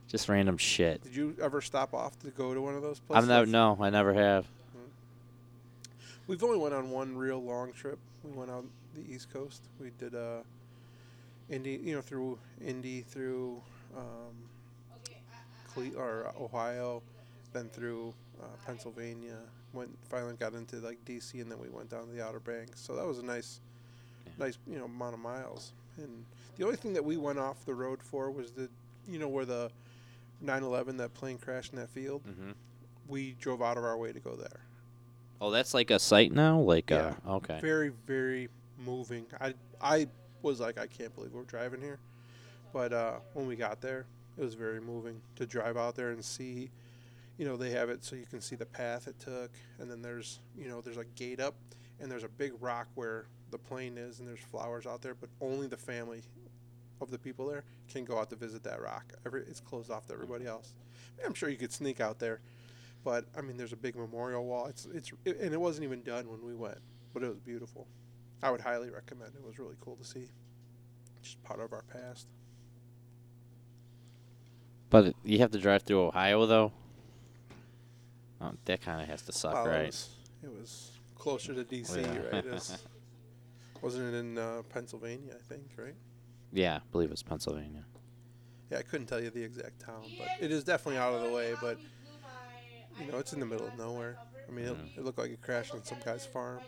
S1: just random shit.
S2: Did you ever stop off to go to one of those
S1: I'm
S2: places?
S1: not, no, I never have.
S2: We've only went on one real long trip. We went on the East Coast. We did uh, Indy, you know, through Indy, through um, Cle- or Ohio, then through uh, Pennsylvania. Went finally got into like DC, and then we went down to the Outer Banks. So that was a nice,
S1: Yeah.
S2: nice you know amount of miles. And the only thing that we went off the road for was the, you know, where the 9/11 that plane crashed in that field.
S1: hmm
S2: We drove out of our way to go there.
S1: Oh, that's like a site now? Like,
S2: Yeah.
S1: uh, okay.
S2: very very moving i i was like i can't believe we're driving here but uh when we got there it was very moving to drive out there and see you know they have it so you can see the path it took and then there's you know there's a gate up and there's a big rock where the plane is and there's flowers out there but only the family of the people there can go out to visit that rock Every, it's closed off to everybody else i'm sure you could sneak out there but i mean there's a big memorial wall it's it's and it wasn't even done when we went but it was beautiful. I would highly recommend. It was really cool to see. Just part of our past.
S1: But you have to drive through Ohio, though? Oh, that kind of has to suck,
S2: Well, It
S1: right? Oh,
S2: was, it was closer to DC,
S1: Yeah.
S2: right? It was, wasn't it in uh, Pennsylvania? I think, right?
S1: Yeah, I believe it's Pennsylvania.
S2: Yeah, I couldn't tell you the exact town, but it is definitely out of the way. But you know, it's in the middle of nowhere. I mean,
S1: Mhm.
S2: it, it looked like it crashed on some guy's farm.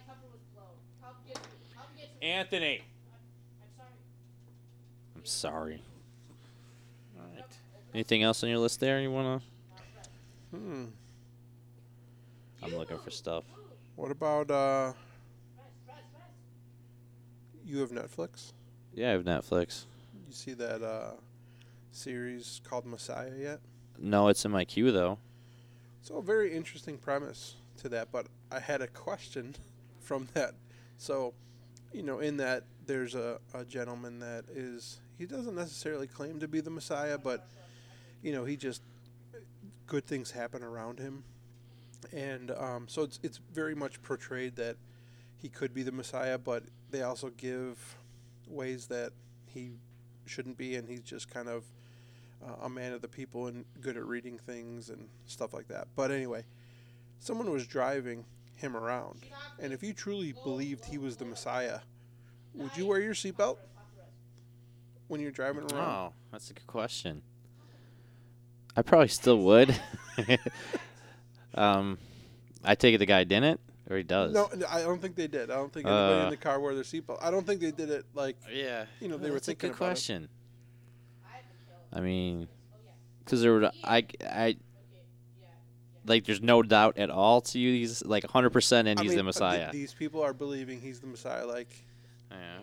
S1: Anthony. I'm sorry. All right. Anything else on your list there you want
S2: Hmm.
S1: to? I'm looking for stuff.
S2: What about uh? You have Netflix.
S1: Yeah, I have Netflix.
S2: You see that uh, series called Messiah yet?
S1: No, it's in my queue, though.
S2: So a very interesting premise to that, but I had a question from that. So, you know, in that there's a, a gentleman that is he doesn't necessarily claim to be the Messiah, but you know, he just good things happen around him. And um, so it's it's very much portrayed that he could be the Messiah, but they also give ways that he shouldn't be, and he's just kind of uh, a man of the people and good at reading things and stuff like that. But anyway, someone was driving him around, and if you truly believed he was the Messiah, would you wear your seatbelt when you're driving around?
S1: Oh, that's a good question. I probably still would. um, I take it the guy didn't, or he does.
S2: No, I don't think they did. I don't think anybody
S1: Uh.
S2: in the car wore their seatbelt. I don't think they did it like
S1: Yeah.
S2: You know, they were
S1: that's
S2: thinking
S1: a good
S2: about it.
S1: question. I mean, because there would I I like there's no doubt at all to you. He's like 100 percent, and
S2: I
S1: he's
S2: mean,
S1: the
S2: uh, th-
S1: Messiah.
S2: these people are believing he's the Messiah. Like,
S1: yeah.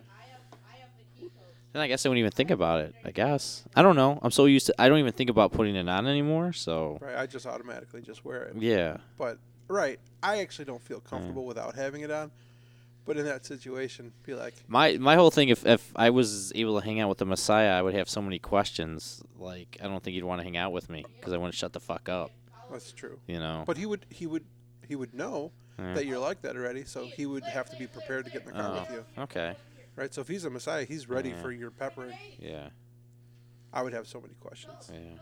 S1: Then I guess I wouldn't even think about it. I guess I don't know. I'm so used to I don't even think about putting it on anymore. So
S2: Right, I just automatically just wear it.
S1: yeah,
S2: But right, I actually don't feel comfortable without having it on. But in that situation, be like,
S1: my my whole thing if if I was able to hang out with the Messiah, I would have so many questions. Like I don't think he'd want to hang out with me because I wouldn't shut the fuck up.
S2: that's true.
S1: You know.
S2: But he would he would he would know
S1: Yeah.
S2: that you're like that already, so he would have to be prepared to get in the car
S1: Oh,
S2: with you.
S1: okay.
S2: Right? So if he's a Messiah, he's ready
S1: Yeah.
S2: for your peppering.
S1: Yeah.
S2: I would have so many questions.
S1: Yeah.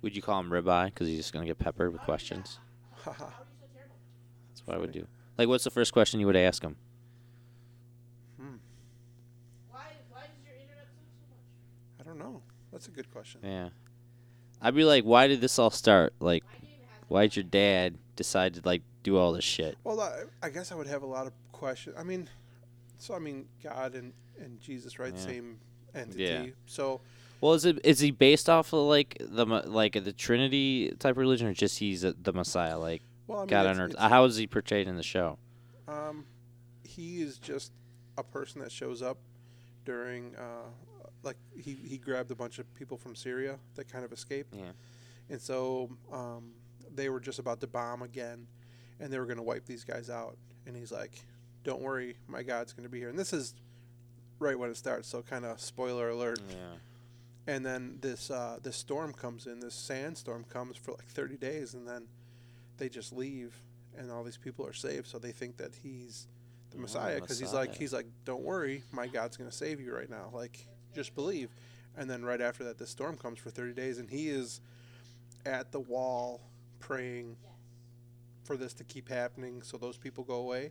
S1: Would you call him ribeye? Because he's just gonna get peppered with questions.
S2: Haha.
S1: That's what I would do. Like, what's the first question you would ask him?
S2: I don't know. That's a good question.
S1: Yeah. I'd be like, why did this all start? Like, why would your dad decide to like do all this shit?
S2: Well, I, I guess I would have a lot of questions. I mean, so I mean, God and and Jesus, right?
S1: Yeah.
S2: Same entity.
S1: Yeah.
S2: So
S1: Well, is it is he based off of like the mo- like the Trinity type religion, or just he's a, the Messiah, like
S2: well, I mean,
S1: God
S2: it's-
S1: on earth?
S2: it's-
S1: How is he portrayed in the show?
S2: Um, he is just a person that shows up during, uh, like he, he grabbed a bunch of people from Syria that kind of escaped,
S1: Yeah.
S2: and so um, they were just about to bomb again, and they were going to wipe these guys out, and he's like, "Don't worry, my God's going to be here." And this is right when it starts, so kind of spoiler alert.
S1: Yeah.
S2: And then this uh, this storm comes in, this sandstorm comes for like 30 days, and then they just leave, and all these people are saved. So they think that he's the
S1: Oh,
S2: Messiah because he's like
S1: Messiah.
S2: he's like, don't worry, my God's gonna save you right now. Like just believe. And then right after that, this storm comes for 30 days, and he is at the wall praying for this to keep happening, so those people go away,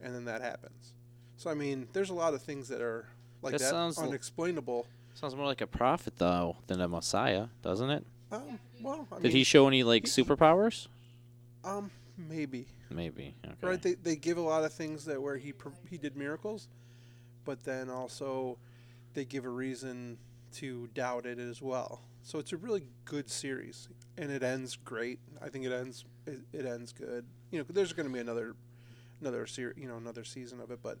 S2: and then that happens. So I mean, there's a lot of things that are like
S1: That
S2: that,
S1: sounds l-
S2: unexplainable.
S1: Sounds more like a prophet though than a Messiah, doesn't it?
S2: Um, well, I
S1: Did
S2: mean,
S1: he show any like
S2: he- he-
S1: superpowers?
S2: um, maybe
S1: Maybe. Okay.
S2: right. They, they give a lot of things that where he per- he did miracles, but then also they give a reason to doubt it as well. So it's a really good series, and it ends great. I think it ends it, it ends good. You know, there's going to be another another ser- you know another season of it, but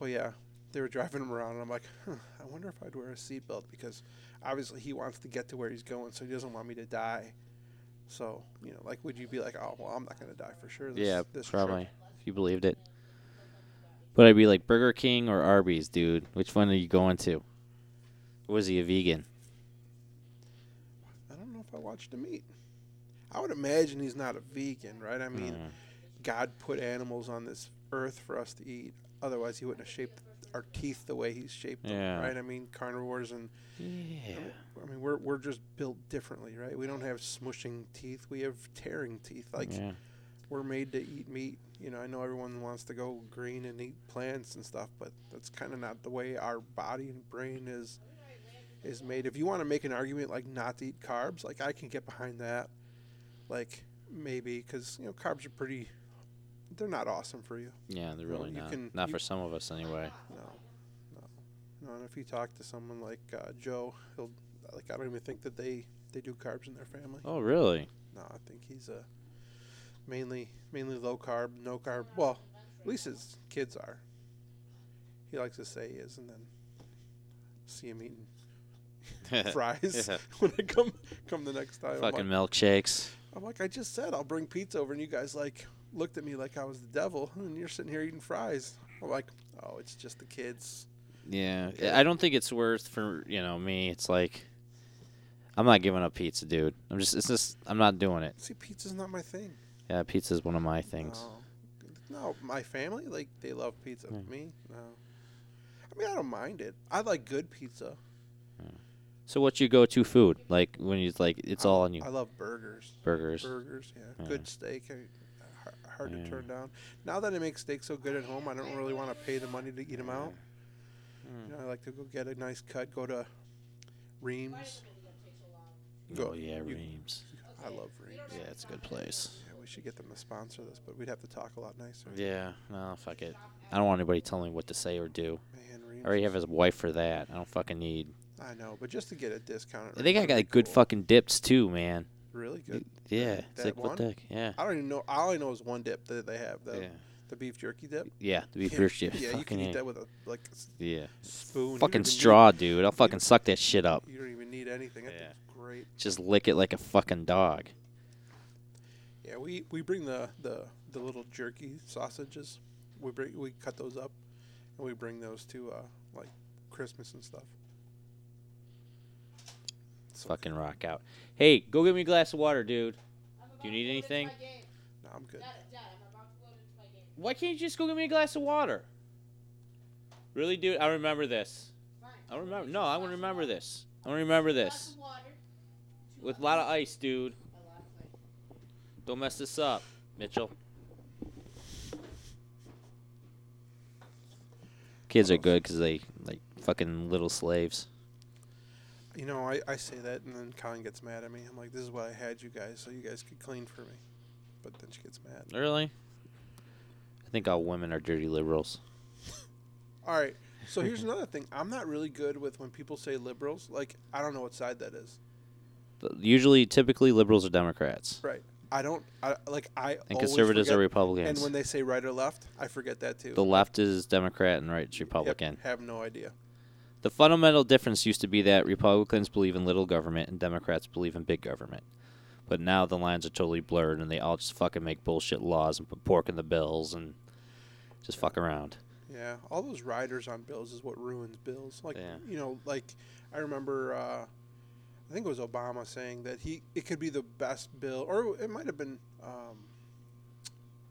S2: but yeah. They were driving him around, and I'm like, huh, I wonder if I'd wear a seatbelt because obviously he wants to get to where he's going, so he doesn't want me to die. So, you know, like, would you be like, oh, well, I'm not going to die for sure. This,
S1: yeah,
S2: this trip."
S1: probably. If you believed it. But I'd be like Burger King or Arby's, dude. Which one are you going to? Was he a vegan?
S2: I don't know if I watched the meat. I would imagine he's not a vegan, right? I mean,
S1: Mm-hmm.
S2: God put animals on this earth for us to eat. Otherwise, he wouldn't have shaped our teeth the way he's shaped
S1: Yeah.
S2: them, right? I mean, carnivores and
S1: yeah.
S2: I mean, we're we're just built differently, right? We don't have smushing teeth. We have tearing teeth. Like
S1: yeah.
S2: we're made to eat meat. You know, I know everyone wants to go green and eat plants and stuff, but that's kind of not the way our body and brain is is made. If you want to make an argument like not to eat carbs, like I can get behind that. Like maybe cuz you know carbs are pretty they're not awesome for you.
S1: Yeah, they're really
S2: you
S1: not.
S2: can-
S1: not
S2: you-
S1: for some of us anyway.
S2: No. No. No, and if you talk to someone like uh, Joe, he'll like I don't even think that they they do carbs in their family.
S1: Oh, really?
S2: No, I think he's a mainly mainly low carb, no carb. Well, at least his kids are. He likes to say he is, and then see him eating fries
S1: Yeah.
S2: when I come come the next time. I'm
S1: Fucking
S2: like,
S1: milkshakes.
S2: I'm like, I just said I'll bring pizza over, and you guys like looked at me like I was the devil, and you're sitting here eating fries. I'm like, oh, it's just the kids.
S1: Yeah. I don't think it's worth for, you know, me. It's like I'm not giving up pizza, dude. I'm just it's just I'm not doing it.
S2: See, pizza's not my thing.
S1: Yeah, pizza's one of my things.
S2: Uh, Um, No, no my family like they love pizza.
S1: Yeah.
S2: Me, no. I mean, I don't mind it. I like good pizza.
S1: So what's your go-to food? Like when you like it's
S2: I-
S1: all on you.
S2: I love burgers.
S1: Burgers.
S2: Burgers, yeah.
S1: Yeah.
S2: Good steak. I, har- hard
S1: Yeah.
S2: to turn down. Now that I make steak so good at home, I don't really want to pay the money to eat them out.
S1: Mm.
S2: You know, I like to go get a nice cut. Go to Reams.
S1: Oh
S2: Go-
S1: yeah,
S2: you-
S1: Reams.
S2: I love Reams.
S1: Yeah, it's a good place.
S2: Yeah, we should get them to sponsor this, but we'd have to talk a lot nicer.
S1: Yeah, no, fuck it. I don't want anybody telling me what to say or do.
S2: Man, Reams.
S1: I already have his wife for that. I don't fucking need.
S2: I know, but just to get a discount.
S1: I think I got like, good
S2: fuck.
S1: fucking dips too, man.
S2: Really good.
S1: Yeah, it's
S2: That
S1: like what
S2: one?
S1: the heck? yeah.
S2: I don't even know. All I know is one dip that they have. Though.
S1: Yeah.
S2: The beef jerky dip.
S1: Yeah, to be
S2: yeah,
S1: first year.
S2: Yeah, you can
S1: Fucking
S2: eat
S1: A.
S2: that with a like s-
S1: Yeah.
S2: spoon. You don't
S1: Fucking
S2: even need-
S1: straw, dude. I'll fucking suck that shit up.
S2: you don't even need anything. I think
S1: Yeah.
S2: it's great.
S1: Just lick it like a fucking dog.
S2: Yeah, we, we bring the, the, the little jerky sausages. We bring we cut those up, and we bring those to uh, like Christmas and stuff. So,
S1: Fucking rock out. Hey, go get me a glass of water, dude. Do you need anything?
S2: No, I'm good.
S1: Why can't you just go get me a glass of water? Really, dude? I remember this. I remember. No, I want to remember this. I want to remember this. With a lot of ice, dude. Don't mess this up, Mitchell. Kids are good because they like fucking little slaves.
S2: You know, I, I say that, and then Colin gets mad at me. I'm like, this is what I had you guys, so you guys could clean for me. But then she gets mad.
S1: Really? I think all women are dirty liberals.
S2: All right. So here's another thing. I'm not really good with when people say liberals. Like, I don't know what side that is.
S1: Th- Usually, typically, liberals are Democrats,
S2: Right. I don't. I like. I
S1: and
S2: always
S1: conservatives are
S2: forget-
S1: Republicans.
S2: And when they say right or left, I forget that too.
S1: the left is Democrat and right is
S2: Yep,
S1: Republican.
S2: have no idea.
S1: The fundamental difference used to be that Republicans believe in little government and Democrats believe in big government. But now the lines are totally blurred and they all just fucking make bullshit laws and put pork in the bills and just fuck around.
S2: Yeah, all those riders on bills is what ruins bills. Like
S1: Yeah.
S2: you know, like I remember, uh, I think it was Obama saying that he it could be the best bill, or it might have been um,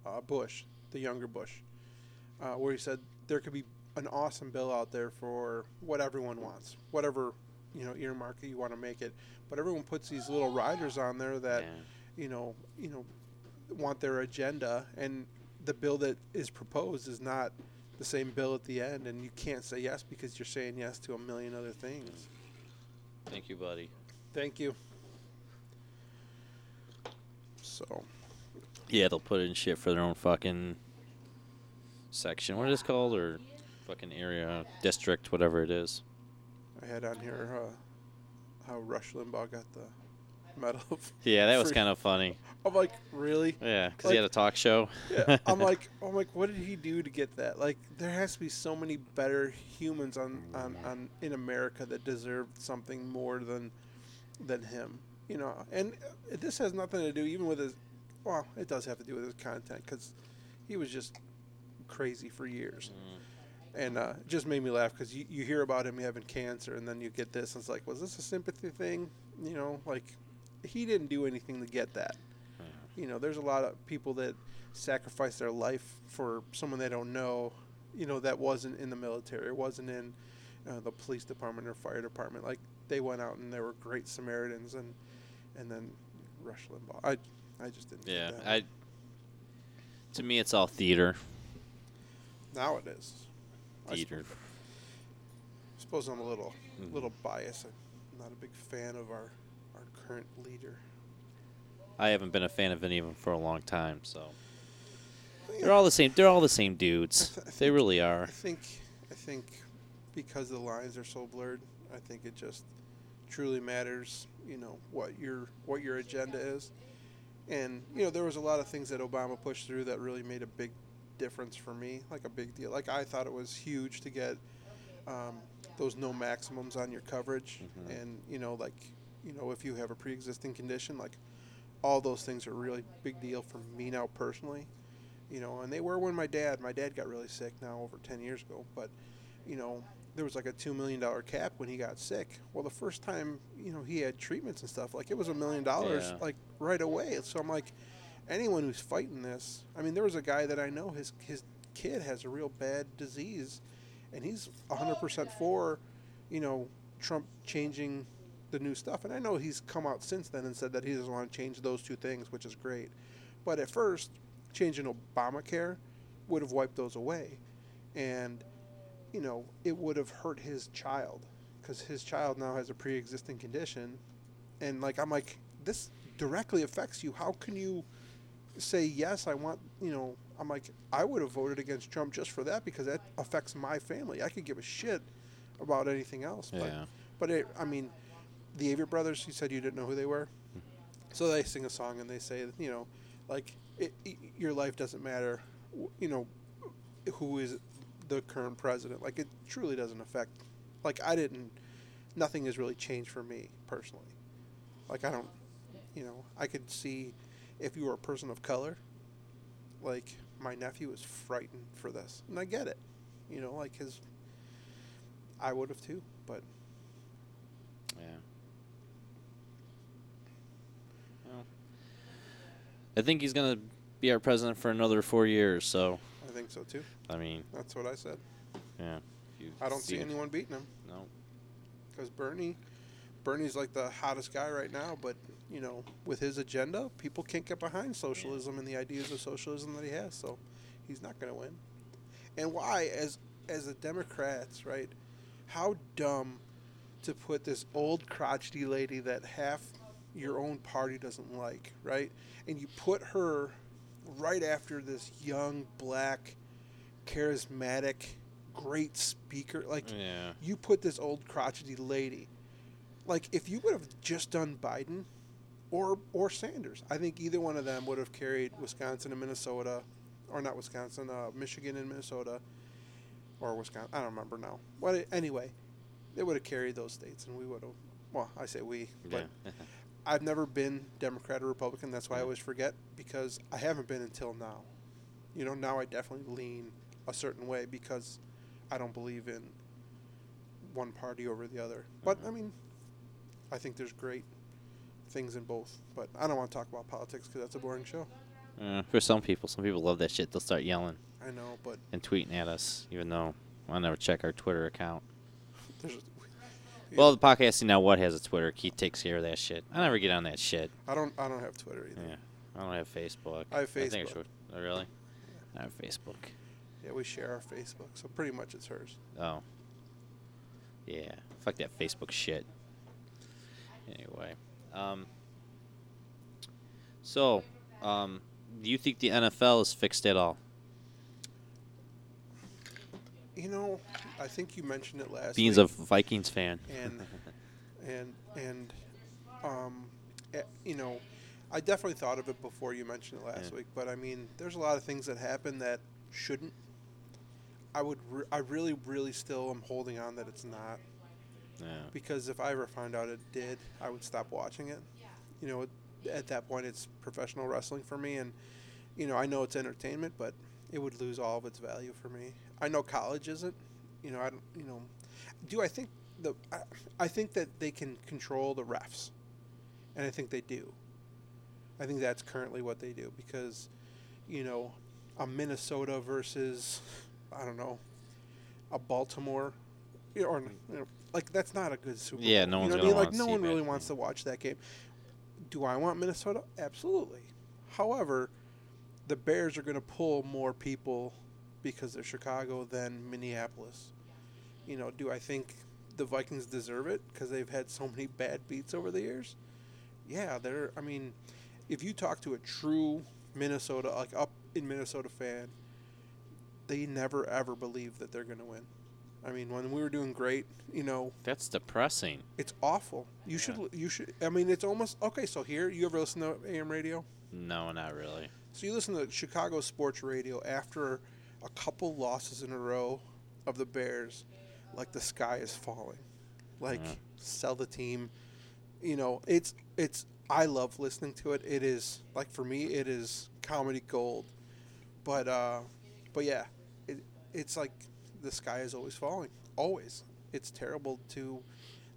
S2: uh, Bush, the younger Bush, uh, where he said there could be an awesome bill out there for what everyone wants, whatever you know earmark you want to make it. But everyone puts these little riders on there
S1: Uh,
S2: that you know, you know, want their agenda, and the bill that is proposed is not the same bill at the end, and you can't say yes because you're saying yes to a million other things.
S1: Thank you, buddy.
S2: Thank you. So,
S1: Yeah, they'll put in shit for their own fucking section. What is it called? Or fucking area, district, whatever it is.
S2: I had on here uh, how Rush Limbaugh got the medal. Of,
S1: Yeah, that was
S2: Free-
S1: kind of funny.
S2: I'm like, really?
S1: Yeah, because
S2: Like-
S1: he had a talk show.
S2: Yeah. I'm like, I'm like, what did he do to get that? Like, there has to be so many better humans on, on, on in America that deserve something more than than him. You know, and uh, this has nothing to do even with his. Well, it does have to do with his content because he was just crazy for years, and uh, it just made me laugh because you, you hear about him having cancer, and then you get this, and it's like, was this a sympathy thing? You know, like he didn't do anything to get that.
S1: Uh-huh.
S2: You know, there's a lot of people that sacrifice their life for someone they don't know. You know, that wasn't in the military, it wasn't in uh, the police department or fire department. Like they went out and they were great Samaritans, and and then Rush Limbaugh. I I just didn't. get
S1: Yeah,
S2: that.
S1: I. To me, it's all theater.
S2: now it is. I
S1: Theater.
S2: suppose I'm a little
S1: Mm-hmm.
S2: little biased. I'm not a big fan of our our current leader.
S1: I haven't been a fan of any of them for a long time, so they're all the same. They're all the same dudes. They really
S2: I
S1: are.
S2: think I think because the lines are so blurred, I think it just truly matters, you know, what your what your agenda is. And you know, there was a lot of things that Obama pushed through that really made a big difference for me, like a big deal. Like I thought it was huge to get um, those no maximums on your coverage, and you know, like you know, if you have a pre-existing condition, like all those things are really big deal for me now personally you know, and they were when my dad, my dad got really sick now over 10 years ago, but, you know, there was like a $2 million cap when he got sick. Well, the first time, you know, he had treatments and stuff, like it was a million dollars,
S1: Yeah.
S2: like right away. So I'm like, anyone who's fighting this, I mean, there was a guy that I know, his, his kid has a real bad disease, and he's 100% for, you know, Trump changing the new stuff. And I know he's come out since then and said that he doesn't want to change those two things, which is great. But at first, changing Obamacare would have wiped those away. And, you know, it would have hurt his child because his child now has a pre existing condition. And, like, I'm like, this directly affects you. How can you say, yes, I want, you know, I'm like, I would have voted against Trump just for that because that affects my family. I could give a shit about anything else. But
S1: Yeah.
S2: but it, I mean, the Avett Brothers. You said you didn't know who they were, so they sing a song and they say, you know, like it, y your life doesn't matter. w- you know, who is the current president. Like it truly doesn't affect. Like I didn't. Nothing has really changed for me personally. Like I don't. You know, I could see if you were a person of color. Like my nephew is frightened for this, and I get it. You know, like his. I would have too, but
S1: Yeah. Well, I think he's gonna be our president for another four years. So
S2: I think so too.
S1: I mean,
S2: That's what I said.
S1: yeah. if you
S2: I don't see
S1: him-
S2: anyone beating him.
S1: No.
S2: because Bernie, Bernie's like the hottest guy right now. But you know, with his agenda, people can't get behind socialism and the ideas of socialism that he has. So he's not going to win. And why, as as the Democrats, right? How dumb to put this old crotchety lady that half your own party doesn't like, right? And you put her right after this young black, charismatic, great speaker. Like
S1: Yeah.
S2: you put this old crotchety lady. Like if you would have just done Biden or or Sanders, I think either one of them would have carried Wisconsin and Minnesota, or not Wisconsin, uh, Michigan and Minnesota, or Wisconsin. I don't remember now. But anyway, they would have carried those states, and we would have. Well, I say we, but
S1: Yeah.
S2: I've never been Democrat or Republican. That's why I always forget because I haven't been until now. You know, now I definitely lean a certain way because I don't believe in one party over the other. But
S1: Mm-hmm.
S2: I mean, I think there's great things in both. But I don't want to talk about politics because that's a boring show.
S1: Uh, for some people, some people love that shit. They'll start yelling
S2: I know, but
S1: and tweeting at us, even though I never check our Twitter account.
S2: there's. Yeah.
S1: Well, the podcast you now what has a Twitter. Keith takes care of that shit. I never get on that shit.
S2: I don't. I don't have Twitter either.
S1: Yeah. I don't have Facebook.
S2: I have
S1: think I
S2: Facebook.
S1: should. Oh, really? I have Facebook.
S2: yeah, we share our Facebook, so pretty much it's hers.
S1: Oh. Yeah. Fuck that Facebook shit. Anyway. Um. So, um, do you think the NFL is fixed at all?
S2: You know, I think you mentioned it last.
S1: Beans
S2: week.
S1: a Vikings fan.
S2: and and and um, eh, you know, I definitely thought of it before you mentioned it last
S1: Yeah.
S2: week. But I mean, there's a lot of things that happen that shouldn't. I would. Re- I really, really still am holding on that it's not
S1: yeah.
S2: because if I ever found out it did, I would stop watching it. You know, at that point, it's professional wrestling for me, and you know, I know it's entertainment, but it would lose all of its value for me. I know college isn't. You know, I don't. You know, do I think the? I, I think that they can control the refs, and I think they do. I think that's currently what they do because, you know, a Minnesota versus, I don't know, a Baltimore, you know, or you know, like that's not a good Super
S1: Yeah,
S2: Bowl.
S1: no
S2: You
S1: one's
S2: know what I
S1: gonna
S2: mean?
S1: wanna
S2: like no
S1: see
S2: one
S1: that,
S2: really
S1: yeah.
S2: wants to watch that game. Do I want Minnesota? Absolutely. However, the Bears are going to pull more people because they're Chicago than Minneapolis. You know, do I think the Vikings deserve it because they've had so many bad beats over the years? Yeah, they're. I mean, if you talk to a true Minnesota, like up in Minnesota fan, they never ever believe that they're going to win. I mean, when we were doing great, you know,
S1: That's depressing.
S2: it's awful. You should, you should. I mean, it's almost okay. So here, you ever listen to AM radio?
S1: No, not really.
S2: So you listen to Chicago sports radio after a couple losses in a row of the Bears, like the sky is falling. Like
S1: Yeah.
S2: sell the team. You know, it's it's I love listening to it. It is like for me it is comedy gold. But uh but yeah, it it's like the sky is always falling. Always. It's terrible to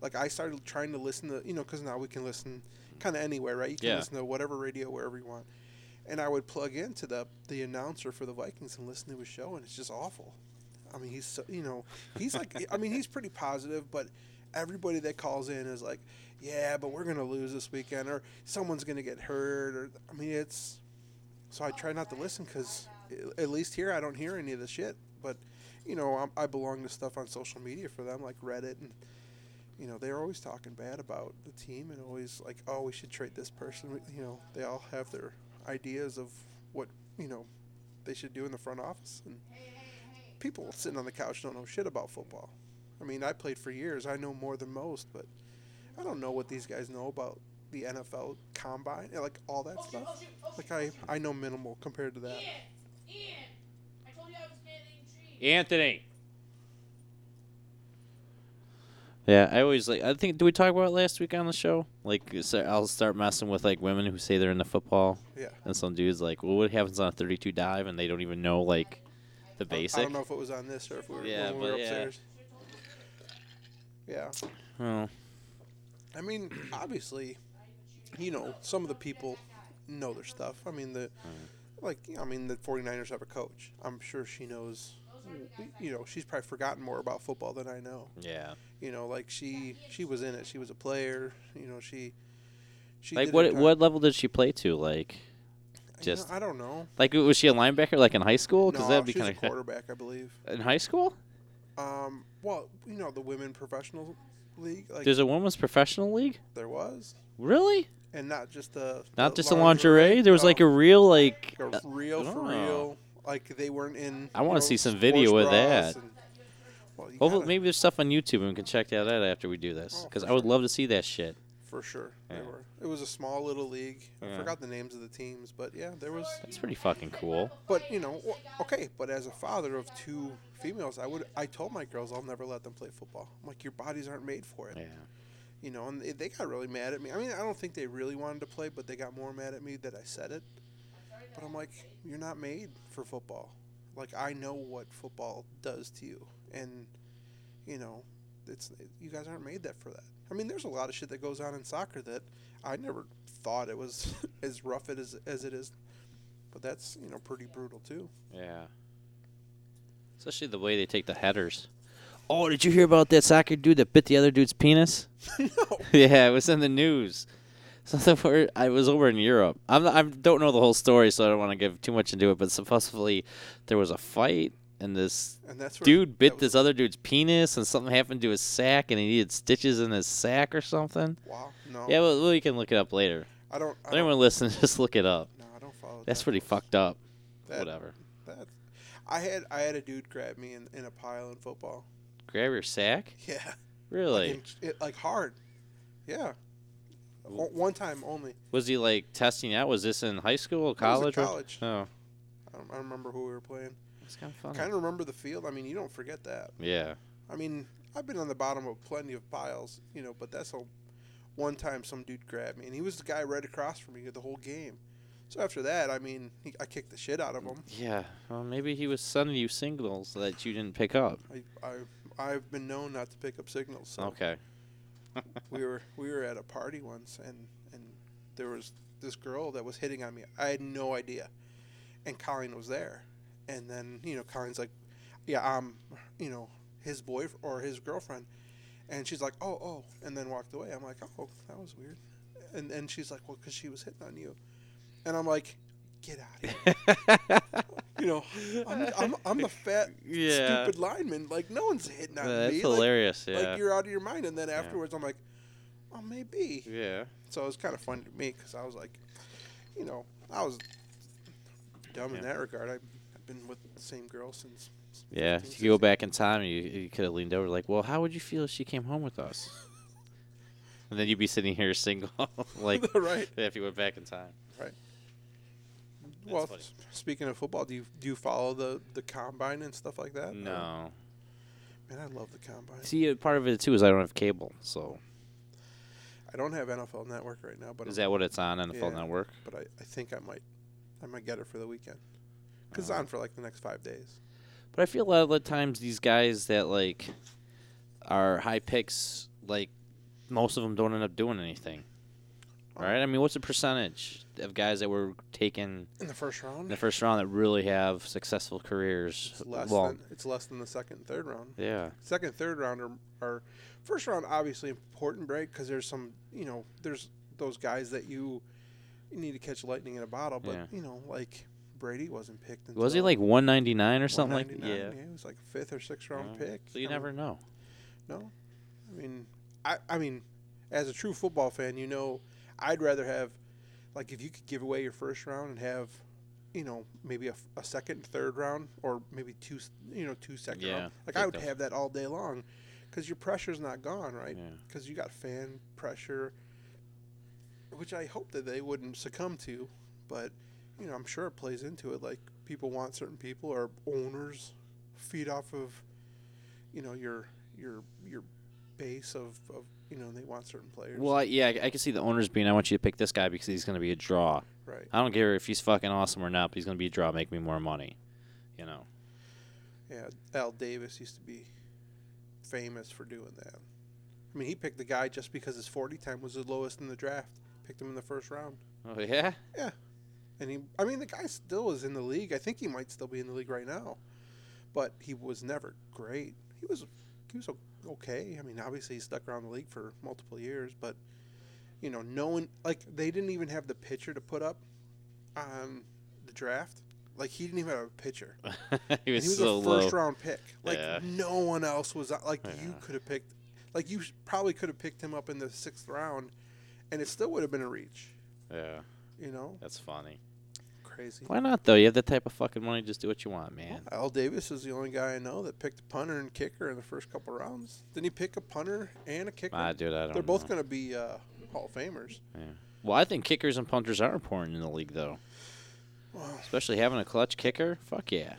S2: like I started trying to listen to, you know, cuz now we can listen kind of anywhere, right? You can
S1: Yeah.
S2: listen to whatever radio wherever you want and I would plug into the the announcer for the Vikings and listen to his show, and it's just awful. I mean, he's so, you know he's like I mean he's pretty positive, but everybody that calls in is like, yeah, but we're gonna lose this weekend, or someone's gonna get hurt, or I mean it's. So I try not to listen because at least here I don't hear any of the shit. But you know I'm, I belong to stuff on social media for them like Reddit and. You know they're always talking bad about the team and always like, oh, we should trade this person. We- You know they all have their ideas of what you know they should do in the front office and people sitting on the couch don't know shit about football i mean i played for years i know more than most but i don't know what these guys know about the nfl combine and like all that stuff like i i know minimal compared to that
S3: Ian, Ian,
S1: Anthony. Yeah, I always like. I think did we talk about it last week on the show? Like, so I'll start messing with like women who say they're into football,
S2: Yeah.
S1: and some dudes like, well, what happens on a thirty-two dive, and they don't even know like the basic.
S2: I don't know if it was on this or if we were,
S1: Yeah,
S2: when we were
S1: but yeah.
S2: upstairs. Yeah.
S1: Well,
S2: I mean, obviously, you know, some of the people know their stuff. I mean, the like, I mean, the 49ers have a coach. I'm sure she knows. You know, she's probably forgotten more about football than I know.
S1: yeah.
S2: You know, like she she was in it. She was a player. You know, she she
S1: Like,
S2: did
S1: what
S2: her time.
S1: what level did she play to? Like,
S2: You know,
S1: just
S2: I don't know.
S1: like was she a linebacker like in high school? Because
S2: no,
S1: that'd be
S2: she's
S1: kind
S2: a
S1: of
S2: quarterback, I believe.
S1: in high school.
S2: Um, well, you know, the women professional league. Like
S1: There's a women's professional league.
S2: there was,
S1: Really?
S2: and not just the
S1: Not
S2: the
S1: just a lingerie. There was like a real like.
S2: like a real for
S1: oh.
S2: real. Like they weren't in.
S1: I wanna
S2: you know,
S1: see some
S2: sports
S1: video of
S2: bras
S1: that.
S2: and- well, you
S1: Hopefully,
S2: gotta-
S1: maybe there's stuff on YouTube and we can check that out after we do this
S2: Oh,
S1: because
S2: for
S1: I would
S2: sure.
S1: love to see that shit.
S2: for sure they
S1: Yeah.
S2: were. It was a small little league.
S1: Yeah.
S2: I forgot the names of the teams, but yeah, there was.
S1: That's pretty fucking cool.
S2: But you know, wh- okay. But as a father of two females, I would. I told my girls I'll never let them play football. I'm like, your bodies aren't made for it.
S1: Yeah.
S2: You know, and they- they got really mad at me. I mean, I don't think they really wanted to play, but they got more mad at me that I said it. But I'm like, you're not made for football. Like I know what football does to you, and you know, it's you guys aren't made that for that. I mean, there's a lot of shit that goes on in soccer that I never thought it was as rough it as as it is, but that's you know pretty brutal too.
S1: Yeah. Especially the way they take the headers. Oh, did you hear about that soccer dude that bit the other dude's penis?
S2: no,
S1: yeah, it was in the news. Something where I was over in Europe. I'm not, I don't know the whole story, so I don't want to give too much into it. But supposedly there was a fight, and this
S2: and that's where
S1: dude
S2: that
S1: bit
S2: was-
S1: this other dude's penis, and something happened to his sack, and he needed stitches in his sack or something.
S2: Wow, no,
S1: Yeah, well, we can look it up later.
S2: I don't. Oh. I
S1: If
S2: don't
S1: anyone listening, just look it up.
S2: no, I don't follow.
S1: That's
S2: that.
S1: pretty fucked up.
S2: That-
S1: Whatever.
S2: That I had I had a dude grab me in, in a pile in football.
S1: Grab your sack?
S2: Yeah,
S1: Really?
S2: and it, like hard. Yeah, o- one time only.
S1: Was he like testing out? Was this in high school, or college? or-
S2: college.
S1: Oh,
S2: I don't, I don't remember who we were playing.
S1: that's kind of funny.
S2: Kind of remember the field. I mean, you don't forget that.
S1: Yeah.
S2: I mean, I've been on the bottom of plenty of piles, you know, but that's a one time some dude grabbed me, and he was the guy right across from me the whole game. So after that, I mean, he, I kicked the shit out
S1: Mm.
S2: of him.
S1: Yeah. Well, maybe he was sending you signals that you didn't pick up.
S2: I, I I've been known not to pick up signals. So.
S1: Okay.
S2: we were we were at a party once and and there was this girl that was hitting on me. I had no idea, and Colleen was there, and then you know Colleen's like, yeah, I'm, you know, his boy or his girlfriend, and she's like, oh oh, and then walked away. I'm like, oh, that was weird, and and she's like, well, because she was hitting on you, and I'm like, get out of here. You know, I'm, I'm, I'm the fat,
S1: Yeah.
S2: stupid lineman. Like, no one's hitting on
S1: that's
S2: me. Like,
S1: hilarious. yeah.
S2: like you're out of your mind. And then afterwards, I'm like, oh, maybe.
S1: yeah.
S2: So it was kind of funny to me because I was like, you know, I was dumb
S1: Yeah.
S2: in that regard. I, I've been with the same girl since.
S1: Yeah.
S2: 15,
S1: If you go
S2: 16.
S1: back in time, you, you could have leaned over like, well, how would you feel if she came home with us? and then you'd be sitting here single, like
S2: right.
S1: if you went back in time.
S2: Well,
S1: funny.
S2: s- speaking of football, do you do you follow the the combine and stuff like that?
S1: No.
S2: Man, I love the combine.
S1: See, uh, part of it too is I don't have cable, so
S2: I don't have NFL Network right now, but
S1: is
S2: I'm-
S1: that what it's on NFL
S2: Yeah.
S1: Network?
S2: but I, I think I might I might get it for the weekend because
S1: Oh.
S2: it's on for like the next five days.
S1: But I feel a lot of the times these guys that like are high picks, like most of them don't end up doing anything.
S2: Oh.
S1: Right? I mean, what's the percentage of guys that were taken
S2: In the first round,
S1: in the first round that really have successful careers?
S2: it's less
S1: well,
S2: than it's less than the second and third round.
S1: yeah,
S2: second, third round are, are first round obviously important, right? Because there's some, you know, there's those guys that you, you need to catch lightning in a bottle. But
S1: Yeah.
S2: you know, like Brady wasn't picked. Until
S1: was he like 199 or something like?
S2: 199.
S1: Yeah,
S2: yeah, he was like a fifth or sixth round
S1: Yeah.
S2: pick.
S1: so you
S2: I mean,
S1: never know.
S2: no, I mean, I, I mean, as a true football fan, you know, I'd rather have, like, if you could give away your first round and have, you know, maybe a, a second, third round, or maybe two, s- you know, two second
S1: Yeah,
S2: round. Like,
S1: take
S2: I would
S1: those.
S2: have that all day long, because your pressure's not gone, right?
S1: Yeah.
S2: Because you got fan pressure, which I hope that they wouldn't succumb to, but you know, I'm sure it plays into it. Like people want certain people or owners, feed off of, you know, your your your base of, of you know, they want certain players.
S1: Well, I, yeah, I, I can see the owners being, I want you to pick this guy because he's going to be a draw.
S2: right.
S1: I don't care if he's fucking awesome or not, but he's going to be a draw, make me more money. You know?
S2: Yeah, Al Davis used to be famous for doing that. I mean, he picked the guy just because his 40 time was the lowest in the draft. Picked him in the first round.
S1: Oh, yeah?
S2: And he, I mean, the guy still is in the league. I think he might still be in the league right now, but he was never great. He was, he was o- okay. I mean, obviously he stuck around the league for multiple years, but you know, no one like they didn't even have the pitcher to put up on the draft. Like he didn't even have a pitcher.
S1: he was
S2: and he was
S1: so
S2: a
S1: low.
S2: first round pick. Like
S1: Yeah.
S2: no one else was like you
S1: Yeah.
S2: could have picked. Like you sh- probably could have picked him up in the sixth round, and it still would have been a reach.
S1: Yeah,
S2: You know,
S1: that's funny.
S2: crazy.
S1: Why not, though? You have that type of fucking money, just do what you want, man.
S2: Al Davis is the only guy I know that picked a punter and kicker in the first couple rounds. Didn't he pick a punter and a kicker?
S1: Ah, dude, I don't
S2: They're both
S1: know.
S2: going to be uh, Hall of Famers.
S1: Well, I think kickers and punters are important in the league, though.
S2: Well,
S1: Especially having a clutch kicker. Fuck yeah.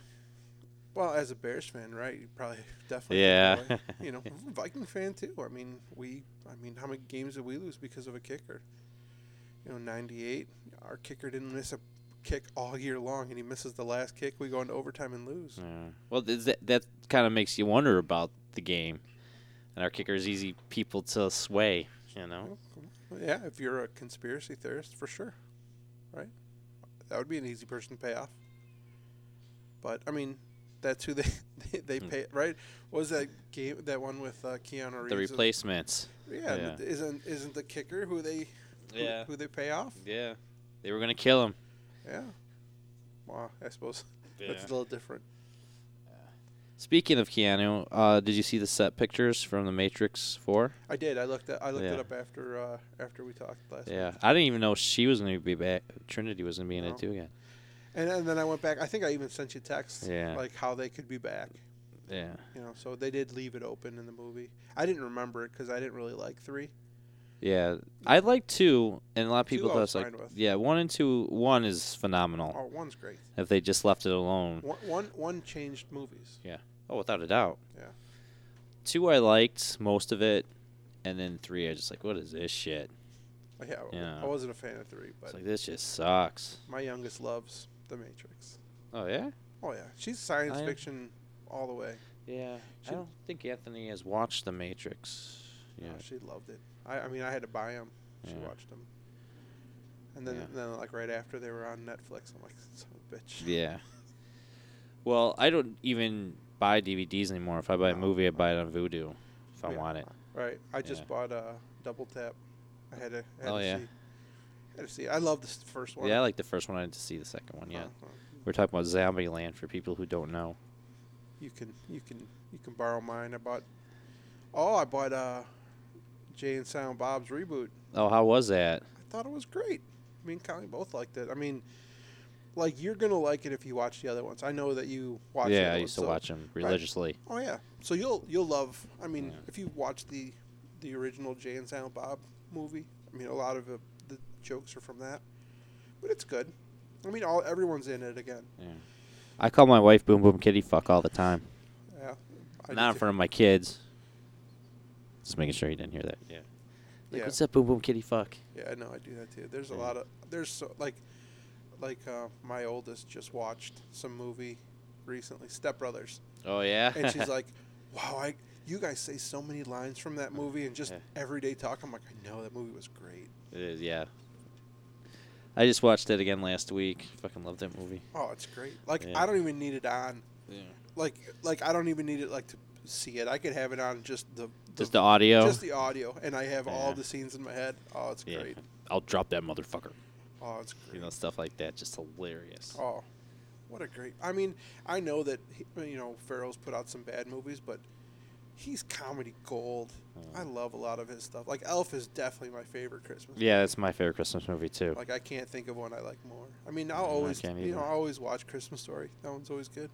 S2: well, as a Bears fan, right? You probably definitely.
S1: Yeah.
S2: enjoy- you know, Viking fan too. I mean, we. I mean, how many games did we lose because of a kicker? You know, '98. Our kicker didn't miss a kick all year long, and he misses the last kick. We go into overtime and lose.
S1: Yeah. Well, th- that, that kind of makes you wonder about the game. And our kickers easy people to sway, you know?
S2: Yeah, if you're a conspiracy theorist, for sure, right? That would be an easy person to pay off. But I mean, that's who they they, they
S1: Hmm.
S2: pay right. What was that game? That one with uh, Keanu Reeves?
S1: The replacements.
S2: Yeah, and
S1: yeah.
S2: isn't isn't the kicker who they who,
S1: Yeah.
S2: who they pay off?
S1: Yeah. They were going to kill him.
S2: Yeah. Well, I suppose that's a little different.
S1: Speaking of Keanu, uh, did you see the set pictures from The Matrix 4?
S2: I did. I looked. At, I looked
S1: Yeah.
S2: it up after uh, after we talked last.
S1: Yeah.
S2: week.
S1: I didn't even know she was going to be back. Trinity was going to be in
S2: No.
S1: it, too, again.
S2: And and then I went back. I think I even sent you text.
S1: Yeah.
S2: Like how they could be back.
S1: Yeah.
S2: You know, so they did leave it open in the movie. I didn't remember it because I didn't really like three.
S1: Yeah. I like two, and a lot of
S2: Two
S1: people
S2: I
S1: thought
S2: was
S1: it's like,
S2: fine with.
S1: yeah, one and two, one is phenomenal.
S2: Oh, one's great.
S1: If they just left it alone,
S2: One, one, one changed movies.
S1: Oh, without a doubt.
S2: Yeah.
S1: Two, I liked most of it, and then three, I was just like, what is this shit?
S2: Like, Yeah, I-
S1: Yeah.
S2: I wasn't a fan of three,
S1: It's
S2: but
S1: like this just sucks.
S2: my youngest loves The Matrix.
S1: Oh yeah.
S2: Oh yeah, she's science
S1: I am-
S2: fiction all the way.
S1: Yeah.
S2: Should-
S1: I don't think Anthony has watched The Matrix. Yeah.
S2: Oh, she loved it. I, I mean, I had to buy them. She
S1: Yeah.
S2: watched them. And then,
S1: Yeah.
S2: then like right after they were on Netflix, I'm like, son of a bitch.
S1: Yeah. Well, I don't even buy DVDs anymore. If I buy a
S2: No.
S1: movie, I buy it on Vudu if I
S2: Yeah.
S1: want it.
S2: Right. I just
S1: Yeah.
S2: bought a double tap. I had to. I had
S1: Oh,
S2: to
S1: yeah.
S2: See. had to see. I love this first one.
S1: Yeah, I like the first one. I didn't see the second one yet.
S2: Uh-huh.
S1: We're talking about Zombie Land for people who don't know.
S2: You can you can you can borrow mine. I bought. Oh, I bought uh, Jay and Silent Bob's reboot.
S1: Oh, how was that?
S2: I thought it was great. Me and Connie both liked it. I mean, like you're gonna like it if you watch the other ones. I know that you watch. the
S1: yeah,
S2: other
S1: I
S2: ones,
S1: used to
S2: so-
S1: watch them religiously.
S2: Oh yeah, so you'll you'll love. I mean,
S1: Yeah.
S2: if you watch the the original Jay and Silent Bob movie, I mean, a lot of the, the jokes are from that, but it's good. I mean, all everyone's in it again.
S1: I call my wife Boom Boom Kitty Fuck all the time.
S2: Yeah. I
S1: Not in
S2: did-
S1: front of my kids. Just making sure you didn't hear that. Yeah. Like,
S2: Yeah.
S1: what's up, boom boom kitty fuck?
S2: Yeah, I know I do that too. There's a
S1: Yeah.
S2: lot of there's so, like like uh, my oldest just watched some movie recently, Step Brothers,
S1: Oh yeah.
S2: and she's like, "Wow, I you guys say so many lines from that movie and just
S1: Yeah.
S2: everyday talk." I'm like, "I know that movie was great."
S1: it is, yeah. I just watched it again last week. Fucking love that movie.
S2: Oh, it's great. Like
S1: Yeah.
S2: I don't even need it on.
S1: Yeah.
S2: Like like I don't even need it like to see it. I could have it on just the, the
S1: Just the audio.
S2: just the audio, and I have all
S1: Yeah.
S2: the scenes in my head. Oh, it's
S1: yeah.
S2: great.
S1: I'll drop that motherfucker.
S2: Oh, it's
S1: You
S2: great.
S1: know, stuff like that. Just hilarious.
S2: Oh, what a great! I mean, I know that he- you know Farrell's put out some bad movies, but he's comedy gold.
S1: Yeah.
S2: I love a lot of his stuff. Like Elf is definitely my favorite Christmas.
S1: Yeah, that's my favorite Christmas movie too.
S2: Like I can't think of one I like more. I mean, I'll
S1: No, I
S2: always
S1: can't
S2: you know
S1: either.
S2: I always watch Christmas Story. That one's always good.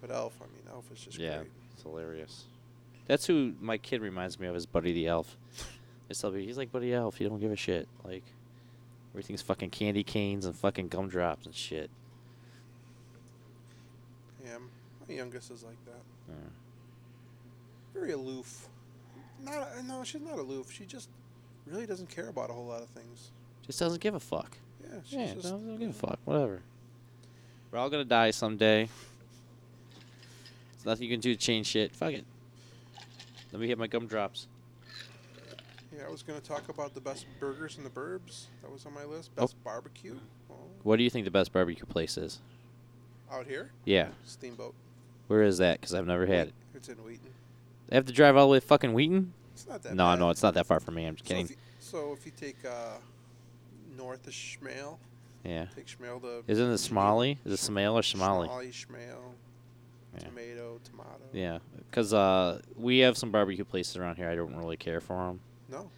S2: But Elf, I mean, Elf is just
S1: yeah.
S2: great.
S1: It's hilarious. That's who my kid reminds me of is Buddy the Elf. I tell people he's like Buddy Elf, you don't give a shit. Like everything's fucking candy canes and fucking gumdrops and shit.
S2: Yeah, I'm- My youngest is like that.
S1: Yeah.
S2: Very aloof. Not no, she's not aloof. She just really doesn't care about a whole lot of things.
S1: Just doesn't give a fuck.
S2: Yeah, she's
S1: Yeah,
S2: just
S1: don't, don't give a fuck. Whatever. We're all gonna die someday. There's nothing you can do to change shit. Fuck it. Let me hit my gumdrops.
S2: Yeah, I was gonna talk about the best burgers in the burbs. That was on my list.
S1: Oh.
S2: Best barbecue. Well,
S1: What do you think the best barbecue place is?
S2: out here,
S1: Yeah.
S2: Steamboat.
S1: Where is that? Because I've never had it.
S2: It's in Wheaton.
S1: I have to drive all the way to fucking Wheaton?
S2: It's not that.
S1: No,
S2: bad.
S1: no, it's not that far from me. I'm just
S2: So
S1: kidding.
S2: if, you, so if you take uh, north of Schmale,
S1: yeah.
S2: take Schmale to
S1: Isn't it Somali? Is it Somali or Somali?
S2: Schmale,
S1: Yeah.
S2: tomato, tomato.
S1: Yeah, because uh, we have some barbecue places around here. I don't really care for them.
S2: No.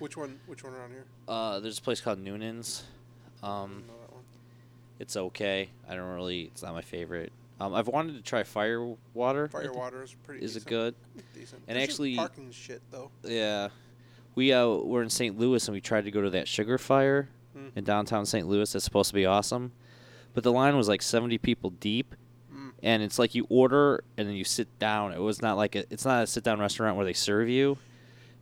S2: Which one? Which one around here?
S1: Uh, there's a place called Noonan's. Um,
S2: no, that one.
S1: it's okay. I don't really. It's not my favorite. Um, I've wanted to try fire water.
S2: Fire water is pretty.
S1: Is it
S2: decent.
S1: good?
S2: Decent.
S1: And
S2: There's just
S1: actually-
S2: parking shit though.
S1: Yeah. We uh, were in St. Louis and we tried to go to that Sugar Fire
S2: Mm.
S1: in downtown St. Louis. That's supposed to be awesome, but the line was like 70 people deep.
S2: Mm.
S1: and it's like you order and then you sit down. It was not like a, it's not a sit down restaurant where they serve you.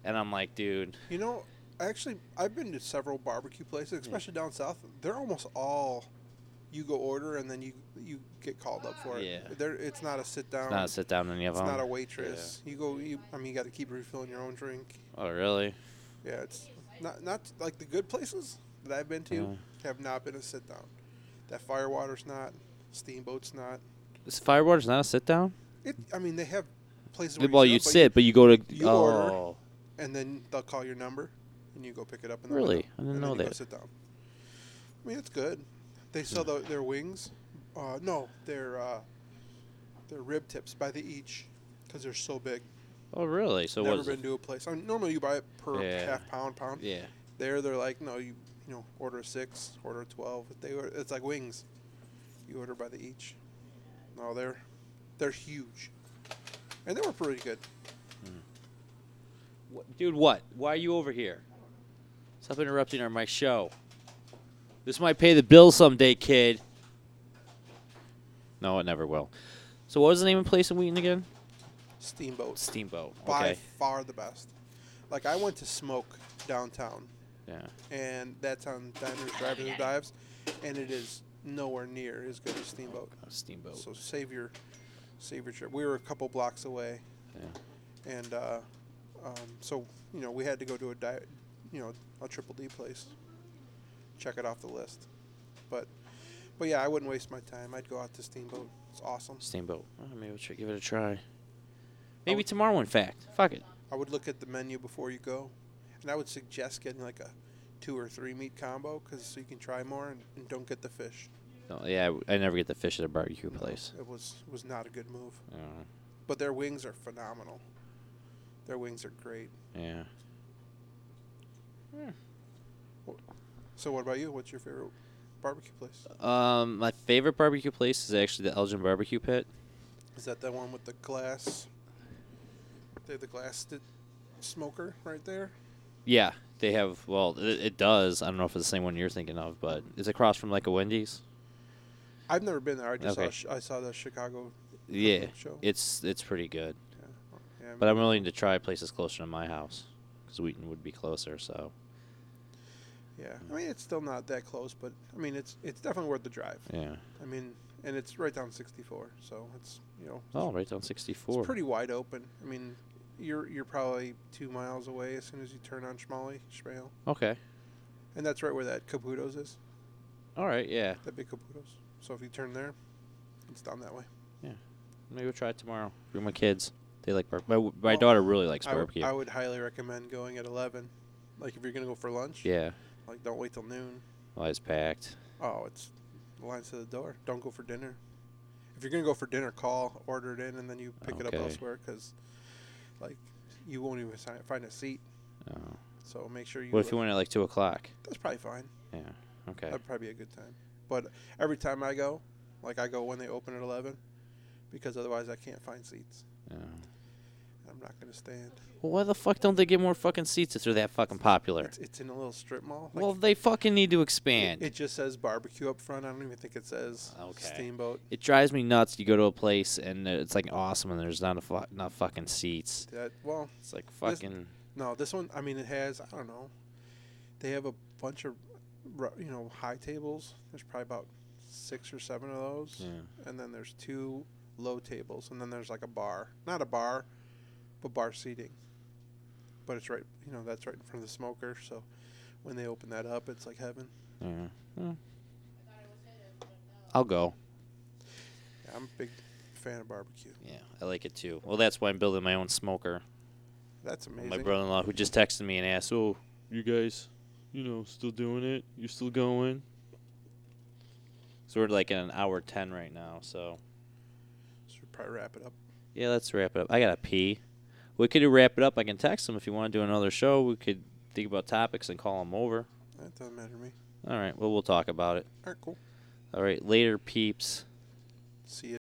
S1: And I'm like, dude,
S2: You know, actually, I've been to several barbecue places,
S1: Hmm.
S2: especially down south. They're almost all you go order and then you you get called up for it.
S1: Yeah.
S2: They're, it's not a sit down.
S1: it's not a sit down any of
S2: Oh. it's
S1: them.
S2: not a waitress. You go. You, I mean, you got to keep refilling your own drink.
S1: oh, really?
S2: Yeah, it's not not like the good places that I've been to
S1: Uh.
S2: have not been a sit down. That firewater's not, steamboat's not.
S1: This Firewater's not a sit down.
S2: It. I mean, they have places where
S1: Well,
S2: you
S1: you'd
S2: sit, up,
S1: sit, but you go to
S2: you order,
S1: oh,
S2: but- and then they'll call your number, and you go pick it up. In the
S1: Really?
S2: window,
S1: I didn't
S2: and
S1: know
S2: then you go
S1: that.
S2: sit down. I mean, it's good. They sell the, their wings. Uh, no, their uh, their rib tips by the each because they're so big.
S1: oh, really? So
S2: Never
S1: what's
S2: been to a place. I mean, normally you buy it per
S1: Yeah.
S2: half pound pound.
S1: yeah,
S2: There, they're like, no, you you know, order a six, order a twelve. They order, it's like wings. You order by the each. No, they're they're huge, and they were pretty good.
S1: What- dude? What? Why are you over here? Stop interrupting our my show. This might pay the bill someday, kid. No, it never will. So what was the name of the place in Wheaton again?
S2: Steamboats
S1: Steamboat. Okay.
S2: by far the best. Like I went to Smoke downtown,
S1: Yeah.
S2: and that's on Diners, Drivers, and Dives, and it is nowhere near as good as Steamboat.
S1: Steamboat.
S2: So save your save your trip. We were a couple blocks away,
S1: yeah.
S2: and uh, um, so you know we had to go to a di- you know a triple D place. Check it off the list, but but yeah, I wouldn't waste my time. I'd go out to Steamboat. It's awesome.
S1: Steamboat. Oh, maybe we'll try, give it a try. Oh. Maybe tomorrow, in fact. Fuck it.
S2: I would look at the menu before you go, and I would suggest getting like a two or three meat combo because so you can try more and, and don't get the fish.
S1: No, yeah, I, I never get the fish at a barbecue place.
S2: It was it was not a good move,
S1: Uh,
S2: but their wings are phenomenal. Their wings are great.
S1: yeah.
S2: So what about you? What's your favorite barbecue place?
S1: Um, my favorite barbecue place is actually the Elgin Barbecue Pit.
S2: Is that the one with the glass? They have the glass sti- smoker right there.
S1: Yeah, they have. Well, it, it does. I don't know if it's the same one you're thinking of, but it's across from like a Wendy's.
S2: I've never been there. I just
S1: Okay.
S2: saw sh- I saw the Chicago.
S1: Yeah,
S2: Show.
S1: it's it's pretty good.
S2: Yeah,
S1: But I'm willing to try places closer to my house because Wheaton would be closer. So
S2: yeah. I mean, it's still not that close, but I mean, it's it's definitely worth the drive.
S1: yeah.
S2: I mean, and it's right down 64, so it's you know
S1: Oh, right down 64.
S2: it's pretty wide open. I mean, you're you're probably two miles away as soon as you turn on Schmale, Schmale,
S1: okay.
S2: and that's right where that Caputo's is,
S1: All right. Yeah.
S2: that big Caputo's. So if you turn there, it's down that way.
S1: Maybe we'll try it tomorrow. Bring my kids. They like barbecue. My, w- my
S2: Well,
S1: daughter really likes
S2: I w-
S1: barbecue.
S2: I would highly recommend going at 11. Like if you're gonna go for lunch,
S1: yeah.
S2: like don't wait till noon.
S1: Well, it's packed.
S2: Oh, it's the lines to the door. Don't go for dinner. If you're gonna go for dinner, call, order it in, and then you pick it up
S1: Okay.
S2: elsewhere because, like, you won't even si- find a seat.
S1: Oh.
S2: So make sure you.
S1: What if
S2: look-
S1: you went at like 2 o'clock?
S2: That's probably fine.
S1: Yeah. Okay.
S2: That'd probably be a good time. But every time I go, like I go when they open at eleven, because otherwise I can't find seats.
S1: Oh.
S2: I'm I'm not gonna stand.
S1: Well, why the fuck don't they get more fucking seats if they're that fucking popular?
S2: It's, it's in a little strip mall. Like,
S1: Well, they fucking need to
S2: it,
S1: expand.
S2: it just says barbecue up front. I don't even think it says
S1: Okay.
S2: steamboat.
S1: It drives me nuts. You go to a place and it's like awesome, and there's not a fu- not fucking seats.
S2: That well,
S1: It's like
S2: This-
S1: fucking.
S2: no, this one. I mean, it has. I don't know. They have a bunch of, ru- you know, high tables. There's probably about six or seven of those,
S1: Yeah.
S2: and then there's two low tables, and then there's like a bar. Not a bar, but bar seating. But it's right. You know, that's right in front of the smoker. So when they open that up, it's like heaven.
S1: yeah. Well, I'll go.
S2: Yeah, I'm a big fan of barbecue.
S1: Yeah, I like it too. Well, that's why I'm building my own smoker.
S2: That's amazing.
S1: My brother-in-law who just texted me and asked, "Oh,
S3: you guys, you know, still doing it? You're still going?
S1: so we're like in an hour ten right now, so
S2: Should probably wrap it up.
S1: yeah, let's wrap it up. I gotta pee. We could wrap it up. I can text him if you want to do another show. We could think about topics and call him over.
S2: That doesn't matter to me.
S1: All right. Well, we'll talk about it.
S2: All right, cool.
S1: All right. Later, peeps.
S2: See ya.